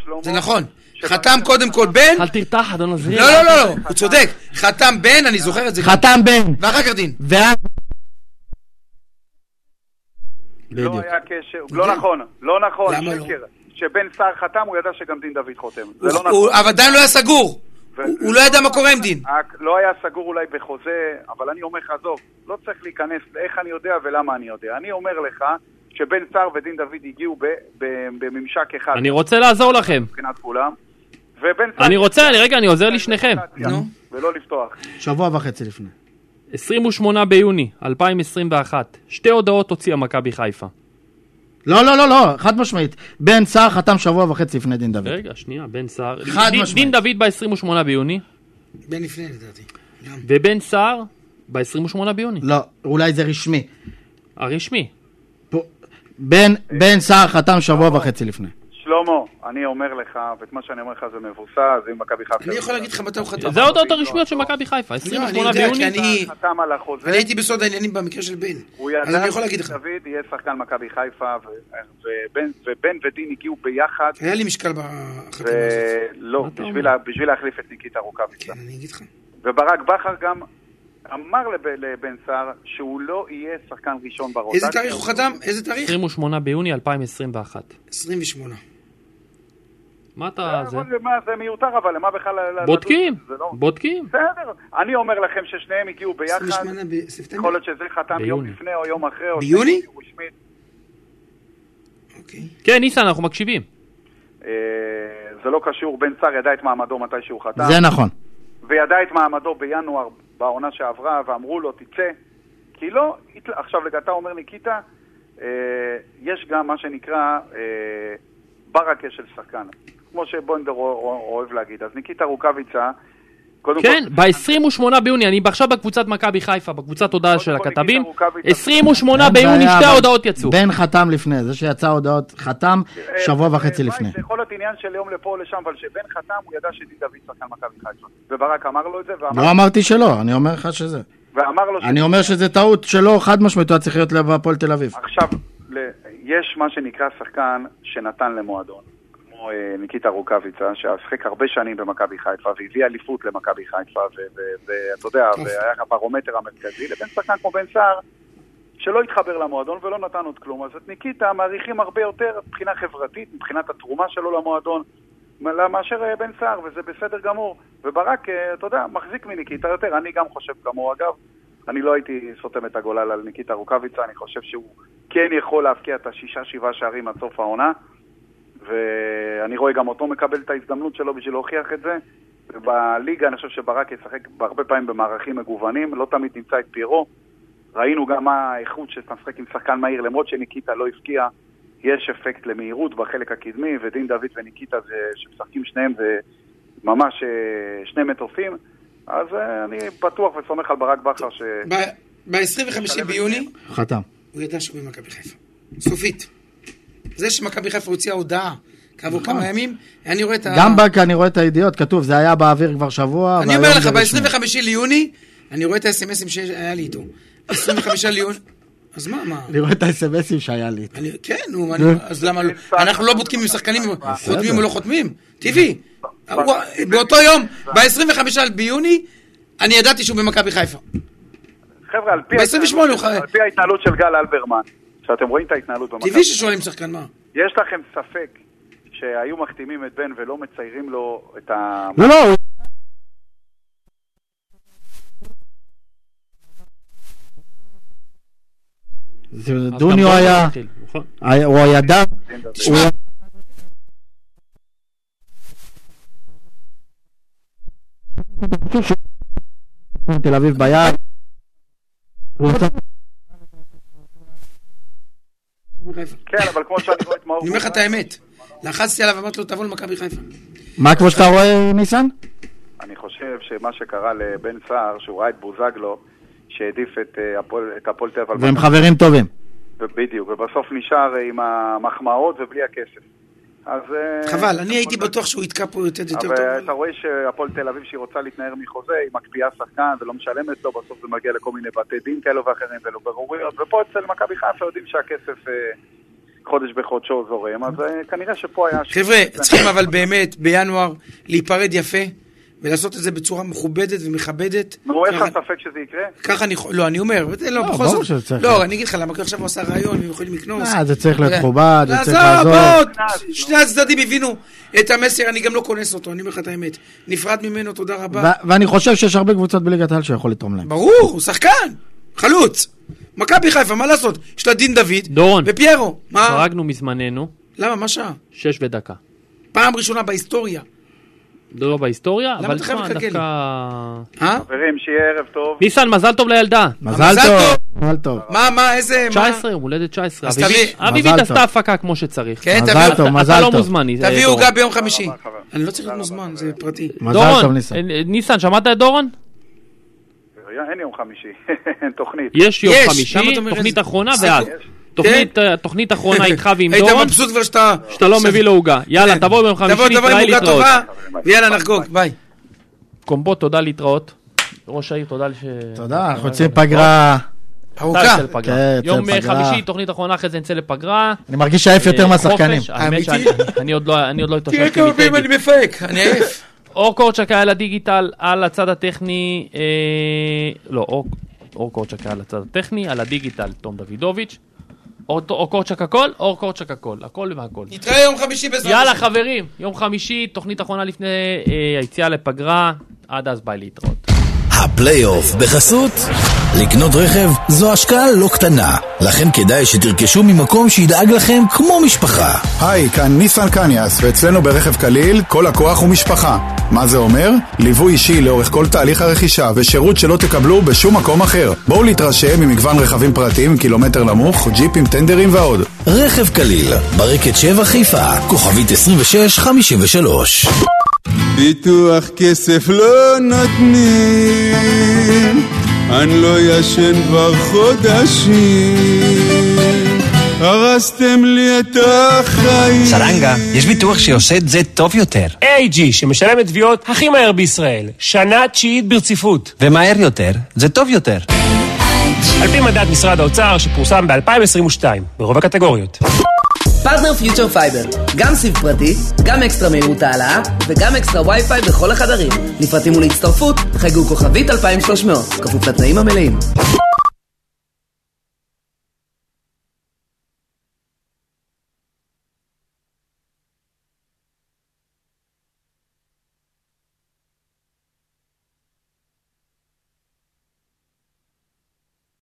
Speaker 10: שלמה,
Speaker 8: זה נכון. חתם קודם כל בן,
Speaker 7: אל תרתח, אדון עזריאל.
Speaker 8: לא, לא, לא, לא, הוא צודק. חתם בן, אני זוכר את זה.
Speaker 9: חתם בן.
Speaker 8: ואחר כך דין.
Speaker 9: ואז...
Speaker 10: לא היה קשר, לא נכון, לא נכון,
Speaker 8: למה לא?
Speaker 10: שקר. שבן סער חתם, הוא ידע שגם דין דוד חותם. זה לא
Speaker 8: הוא-
Speaker 10: נכון.
Speaker 8: הוא- אבל עדיין לא היה סגור. הוא- הוא לא ידע מה קורה עם דין.
Speaker 10: רק לא היה סגור אולי בחוזה, אבל אני אומר לך, עזוב, לא צריך להיכנס לאיך אני יודע ולמה אני יודע. אני אומר לך שבן סער ודין דוד הגיעו ב- ב- בממשק אחד
Speaker 7: אני רוצה לעזור לכם.
Speaker 8: אה.
Speaker 10: מבחינת כולם, ובן סער...
Speaker 7: אני רוצה, אני- רגע, אני עוזר לשניכם.
Speaker 10: נו. ולא לפתוח.
Speaker 9: שבוע וחצי לפני.
Speaker 7: 28 ביוני 2021, שתי הודעות הוציאה מכבי חיפה.
Speaker 9: לא, לא, לא, לא, חד משמעית. בן סער חתם שבוע וחצי לפני דין דוד.
Speaker 7: רגע, שנייה, בן סער.
Speaker 9: חד
Speaker 7: דין- דין
Speaker 9: משמעית.
Speaker 7: דוד ב-28 ביוני,
Speaker 8: בן לפני לדעתי.
Speaker 7: ובן סער ב-28 ביוני.
Speaker 9: לא, אולי זה רשמי.
Speaker 7: הרשמי.
Speaker 9: פה- בן- בן סער חתם שבוע וחצי לפני.
Speaker 10: ש- שלמה, אני אומר לך, ואת מה שאני אומר לך זה מבוסס, אם מכבי חיפה...
Speaker 8: אני יכול להגיד לך מתי הוא חתם.
Speaker 7: זה ההודעות הרשמיות של מכבי חיפה,
Speaker 8: לא,
Speaker 7: 28 ביוני.
Speaker 8: אני
Speaker 10: חתם על החוזה.
Speaker 8: אני הייתי בסוד העניינים במקרה של בן.
Speaker 10: הוא
Speaker 8: אז
Speaker 10: ידע
Speaker 8: אני יכול להגיד לך.
Speaker 10: שדוד יהיה שחקן מכבי חיפה, ו- ובן- ובן ודין הגיעו ביחד.
Speaker 8: היה לי משקל בהחלטה הזאת.
Speaker 10: לא,
Speaker 8: אתה
Speaker 10: בשביל
Speaker 8: אומר? כן.
Speaker 10: ה- בשביל להחליף את ניקיטה רוקאביצה.
Speaker 8: אני אגיד לך.
Speaker 10: וברק בכר גם אמר לב- לבן סער שהוא לא יהיה שחקן ראשון ברוטציה.
Speaker 8: איזה תאריך הוא חתם? איזה תאריך?
Speaker 7: 28 ביוני 2021.
Speaker 8: 28.
Speaker 7: מה
Speaker 8: אה,
Speaker 7: אתה...
Speaker 8: נכון.
Speaker 7: זה?
Speaker 10: מה, זה מיותר, אבל למה בכלל... לדון?
Speaker 7: בודקים,
Speaker 10: זה לא-
Speaker 7: בודקים.
Speaker 10: בסדר, אני אומר לכם ששניהם הגיעו ביחד,
Speaker 8: 28 בספטמבר?
Speaker 10: יכול להיות שזה חתם יום
Speaker 7: ביוני.
Speaker 10: לפני או יום אחרי. או
Speaker 8: ביוני?
Speaker 10: שזה הגיעו רשמית.
Speaker 8: אוקיי.
Speaker 7: כן, ניסן, אנחנו מקשיבים.
Speaker 10: אה, זה לא קשור, בן סער ידע את מעמדו מתי שהוא חתם.
Speaker 9: זה נכון.
Speaker 10: וידע את מעמדו בינואר בעונה שעברה, ואמרו לו, תצא. כי לא, התל- עכשיו לגתה אומר ניקיטה, אה, יש גם מה שנקרא אה, ברקה של שחקן. כמו שבונדר אוה- אוה- אוהב להגיד. אז ניקיטה רוקאביצה, קודם
Speaker 7: כן,
Speaker 10: כל...
Speaker 7: ב-28 ביוני, אני עכשיו בקבוצת מכבי חיפה, בקבוצת הודעה של הכתבים.
Speaker 10: ניקיטה רוקאביצה-
Speaker 7: 28
Speaker 9: אין
Speaker 7: לא, ביוני,
Speaker 9: בעיה,
Speaker 7: שתי
Speaker 9: אבל
Speaker 7: ההודעות יצאו.
Speaker 9: בן חתם לפני, זה שיצא הודעות, חתם שבוע וחצי לפני.
Speaker 10: אה, זה יכול להיות עניין של יום לפה או לשם, אבל שבן חתם הוא ידע שדין דוד שחקן מכבי חיפה. וברק אמר לו את זה, ואמר,
Speaker 9: לא אמרתי שלא, אני אומר לך שזה.
Speaker 10: ואמר לו... ש-
Speaker 9: אני אומר שזה טעות שלא, חד משמעית, הוא היה צריך להיות לב- בהפועל תל אביב.
Speaker 10: עכשיו, ל- יש מה שנקרא שחקן שנתן למועדון, כמו אה, ניקיטה רוקאביצה, ששיחק הרבה שנים במכבי חיפה, והביא אליפות למכבי חיפה, ו- ו- ואתה יודע, והיה הברומטר המרכזי, לבין שחקן כמו בן סער, שלא התחבר למועדון ולא נתן עוד כלום. אז את ניקיטה מעריכים הרבה יותר מבחינה חברתית, מבחינת התרומה שלו למועדון, מ- מאשר אה, בן סער, וזה בסדר גמור. וברק, אה, אתה יודע, מחזיק מניקיטה יותר, אני גם חושב כמוהו, אגב. אני לא הייתי סותם את הגולל על ניקיטה רוקאביצה, אני חושב שהוא כן יכול להבקיע את השישה-שבעה שערים עד סוף העונה, ואני רואה גם אותו מקבל את ההזדמנות שלו בשביל להוכיח את זה. בליגה אני חושב שברק ישחק הרבה פעמים במערכים מגוונים, לא תמיד נמצא את פיירו. ראינו גם מה האיכות שאתה משחק עם שחקן מהיר, למרות שניקיטה לא הבקיע, יש אפקט למהירות בחלק הקדמי, ודין דוד וניקיטה, זה, שמשחקים שניהם, זה ממש אה, שני מטוסים. אז אה, אני בטוח וסומך על ברק בכר ש...
Speaker 8: ב-25 ביוני
Speaker 9: חתם.
Speaker 8: הוא ידע שהוא במכבי חיפה. סופית. זה שמכבי חיפה הוציאה הודעה כעבור כמה ימים, אני רואה את ה...
Speaker 9: גם בק, אני רואה את הידיעות, כתוב, זה היה באוויר כבר שבוע,
Speaker 8: אני אומר
Speaker 9: והיום
Speaker 8: לך,
Speaker 9: זה רשמי.
Speaker 8: ב-25 ליוני, אני רואה את האס.אם.אסים שהיה לי איתו. 25 ליוני... אז מה, מה?
Speaker 9: אני רואה את האס.אם.אסים שהיה לי.
Speaker 8: אני, כן, נו, אני,
Speaker 9: נו.
Speaker 8: אז למה לא? אנחנו לא בודקים אם שחקנים חותמים או לא חותמים, טבעי.
Speaker 10: בסדר.
Speaker 8: הוא- באותו יום, ב-25 ביוני, אני ידעתי שהוא במכבי חיפה.
Speaker 10: חבר'ה, על פי,
Speaker 8: ב-28
Speaker 10: ההתנהלות-
Speaker 8: הוא ח-
Speaker 10: על פי ההתנהלות של גל אלברמן, שאתם רואים את ההתנהלות במכבי,
Speaker 8: טבעי ששואלים שחקן מה.
Speaker 10: יש לכם ספק שהיו מחתימים את בן ולא מציירים לו את ה...
Speaker 9: לא, לא, הוא... זה-
Speaker 7: אז גם
Speaker 9: דוניו
Speaker 7: בואו
Speaker 9: היה,
Speaker 7: נתחיל, נכון?
Speaker 9: היה- הוא הידע,
Speaker 10: דין דוד?
Speaker 9: הוא היה- תל אביב ביד. הוא רוצה-
Speaker 10: כן, אבל כמו שאני רואה את מאור...
Speaker 8: אני אומר לך את האמת. לחצתי עליו, אמרתי לו, תבוא למכבי חיפה.
Speaker 9: מה כמו שאתה רואה, ניסן?
Speaker 10: אני חושב שמה שקרה לבן סער, שהוא ראה את בוזגלו, שהעדיף את אה, הפועל- את הפועל תל אביב... על
Speaker 9: והם
Speaker 10: מכבי-
Speaker 9: חברים טובים.
Speaker 10: בדיוק, ובסוף נשאר עם המחמאות ובלי הכסף. אז... אה,
Speaker 8: חבל, אני הייתי בטוח שהוא יתקע פה יותר יותר
Speaker 10: אבל אתה
Speaker 8: טוב.
Speaker 10: רואה שהפועל תל אביב שהיא רוצה להתנער מחוזה, היא מקפיאה שחקן ולא משלמת לו, בסוף זה מגיע לכל מיני בתי דין כאלו ואחרים ולא ברוריות, ופה אצל מכבי חיפה יודעים שהכסף אה, חודש בחודשו זורם, אז אה, כנראה שפה היה...
Speaker 8: חבר'ה, צריכים אבל באמת, בינואר, להיפרד יפה, ולעשות את זה בצורה מכובדת ומכבדת.
Speaker 10: נו, יש
Speaker 8: ככה-
Speaker 10: לך ספק שזה יקרה?
Speaker 8: ככה אני יכול, לא, אני אומר, וזה לא,
Speaker 9: לא,
Speaker 8: בכל
Speaker 9: ברור
Speaker 8: זאת.
Speaker 9: שזה צריך
Speaker 8: לא,
Speaker 9: להיות.
Speaker 8: אני אגיד לך למה, כי עכשיו הוא עשה רעיון, הם יכולים לקנוס.
Speaker 9: אה, זה צריך להיות
Speaker 8: אתה יודע.
Speaker 9: מכובד, זה צריך לעזוב.
Speaker 8: לעזוב,
Speaker 7: אה,
Speaker 8: בוא, שני הצדדים הבינו את המסר, אני גם לא כונס אותו, אני אומר לך את האמת. נפרד ממנו, תודה רבה.
Speaker 9: ו- ואני חושב שיש הרבה קבוצות בליגת העל שיכול לתרום להם.
Speaker 8: ברור, הוא שחקן, חלוץ. מכבי חיפה, מה לעשות? יש לה דין דוד
Speaker 7: דורון,
Speaker 8: ופיירו. מה?
Speaker 7: חרגנו מזמננו,
Speaker 8: למה, מה שעה?
Speaker 7: שש ודקה.
Speaker 8: פעם ראשונה בהיסטוריה.
Speaker 7: לא בהיסטוריה,
Speaker 8: למה
Speaker 7: אבל
Speaker 8: אתה חייב
Speaker 7: תשמע,
Speaker 8: לקלקל לי?
Speaker 7: דווקא...
Speaker 8: אה?
Speaker 10: חברים, שיהיה ערב טוב.
Speaker 7: ניסן, מזל טוב לילדה.
Speaker 9: מזל
Speaker 8: מזל
Speaker 9: טוב, מזל טוב.
Speaker 8: מה, מה, איזה... מה?
Speaker 7: 19, יום הולדת 19.
Speaker 8: אז
Speaker 7: אביבית-
Speaker 8: תביא-
Speaker 7: אביבית
Speaker 9: מזל
Speaker 7: עשתה
Speaker 9: טוב.
Speaker 7: הפקה כמו שצריך.
Speaker 8: כן,
Speaker 9: מזל
Speaker 8: תביא-
Speaker 9: טוב,
Speaker 7: אתה-
Speaker 9: מזל
Speaker 7: אתה לא
Speaker 9: טוב.
Speaker 7: מוזמן. אה,
Speaker 8: תביא
Speaker 7: דורון.
Speaker 8: עוגה ביום חמישי.
Speaker 10: רבה, חבר.
Speaker 8: אני לא צריך להיות
Speaker 10: תודה רבה,
Speaker 8: מוזמן,
Speaker 10: חבר.
Speaker 8: זה פרטי.
Speaker 9: מזל טוב,
Speaker 7: דורון,
Speaker 9: ניסן.
Speaker 7: אה, ניסן, שמעת את דורון?
Speaker 10: אין יום חמישי, אין תוכנית.
Speaker 7: יש יום
Speaker 8: יש, למה
Speaker 7: חמישי,
Speaker 8: אתה אומר
Speaker 7: תוכנית
Speaker 8: איזה-
Speaker 7: אחרונה
Speaker 8: סיכום.
Speaker 7: ואז.
Speaker 10: יש.
Speaker 7: תוכנית, אה, תוכנית אחרונה איתך ועם
Speaker 13: כן. היית
Speaker 7: דורון.
Speaker 13: מבסוט כבר שאתה...
Speaker 7: שאתה לא מביא לו עוגה. יאללה, תבוא ביום חמישי,
Speaker 13: כן. תבוא, תבוא עם
Speaker 7: נתראה
Speaker 13: עוגה
Speaker 7: להתראות.
Speaker 13: טובה, ויאללה נחגוג, ביי.
Speaker 7: קומבוט, תודה להתראות. ראש העיר, תודה ש...
Speaker 9: תודה, אנחנו יוצאים פגרה.
Speaker 7: ארוכה.
Speaker 9: ארוכה.
Speaker 7: אתה יוצא לפגרה.
Speaker 9: כן, יוצא
Speaker 7: יום אה,
Speaker 9: לפגרה.
Speaker 7: חמישי, תוכנית אחרונה, אחרי זה נצא לפגרה.
Speaker 9: אני מרגיש שעייף יותר
Speaker 7: אה,
Speaker 9: מהשחקנים.
Speaker 7: חופש, האמת
Speaker 9: אמיתי?
Speaker 7: שאני- אני עוד לא אני עוד לא התאוששתי.
Speaker 13: תראה כמה פעמים
Speaker 7: מטדי.
Speaker 13: אני מפהק, אני עייף.
Speaker 7: אור קורצ'ק היה לדיגיטל על הצד הטכני, אה, לא, אור- אור קורצ'ק היה על הצד הטכני, על הדיגיטל תום דוידוביץ'. אור אור קורצ'ק הכל, אור קורצ'ק הכל, הכל והכל.
Speaker 13: נתראה יום חמישי בעזרת
Speaker 7: יאללה
Speaker 13: השם.
Speaker 7: חברים, יום חמישי, תוכנית אחרונה לפני אה, היציאה לפגרה, עד אז ביי להתראות.
Speaker 1: הפלייאוף בחסות? לקנות רכב זו השקעה לא קטנה, לכן כדאי שתרכשו ממקום שידאג לכם כמו משפחה.
Speaker 2: היי, כאן ניסן קניאס, ואצלנו ברכב קליל כל לקוח הוא משפחה. מה זה אומר? ליווי אישי לאורך כל תהליך הרכישה ושירות שלא תקבלו בשום מקום אחר. בואו להתרשם ממגוון רכבים פרטיים, קילומטר נמוך, ג'יפים, טנדרים ועוד.
Speaker 1: רכב קליל, ברקת 7 חיפה, כוכבית 2653.
Speaker 4: ביטוח כסף לא נותנים, אני לא ישן כבר חודשים, הרסתם לי את החיים.
Speaker 5: סרנגה, יש ביטוח שעושה את זה טוב יותר.
Speaker 6: AIG, שמשלם את תביעות הכי מהר בישראל, שנה תשיעית ברציפות.
Speaker 5: ומהר יותר, זה טוב יותר.
Speaker 6: על פי מדד משרד האוצר, שפורסם ב-2022, ברוב הקטגוריות.
Speaker 3: פרטנר פיוטר פייבר, גם סיב פרטי, גם אקסטרה מהירות העלאה וגם אקסטרה וי-פיי בכל החדרים. לפרטים ולהצטרפות, חייגו כוכבית 2300, כפוף לתנאים המלאים.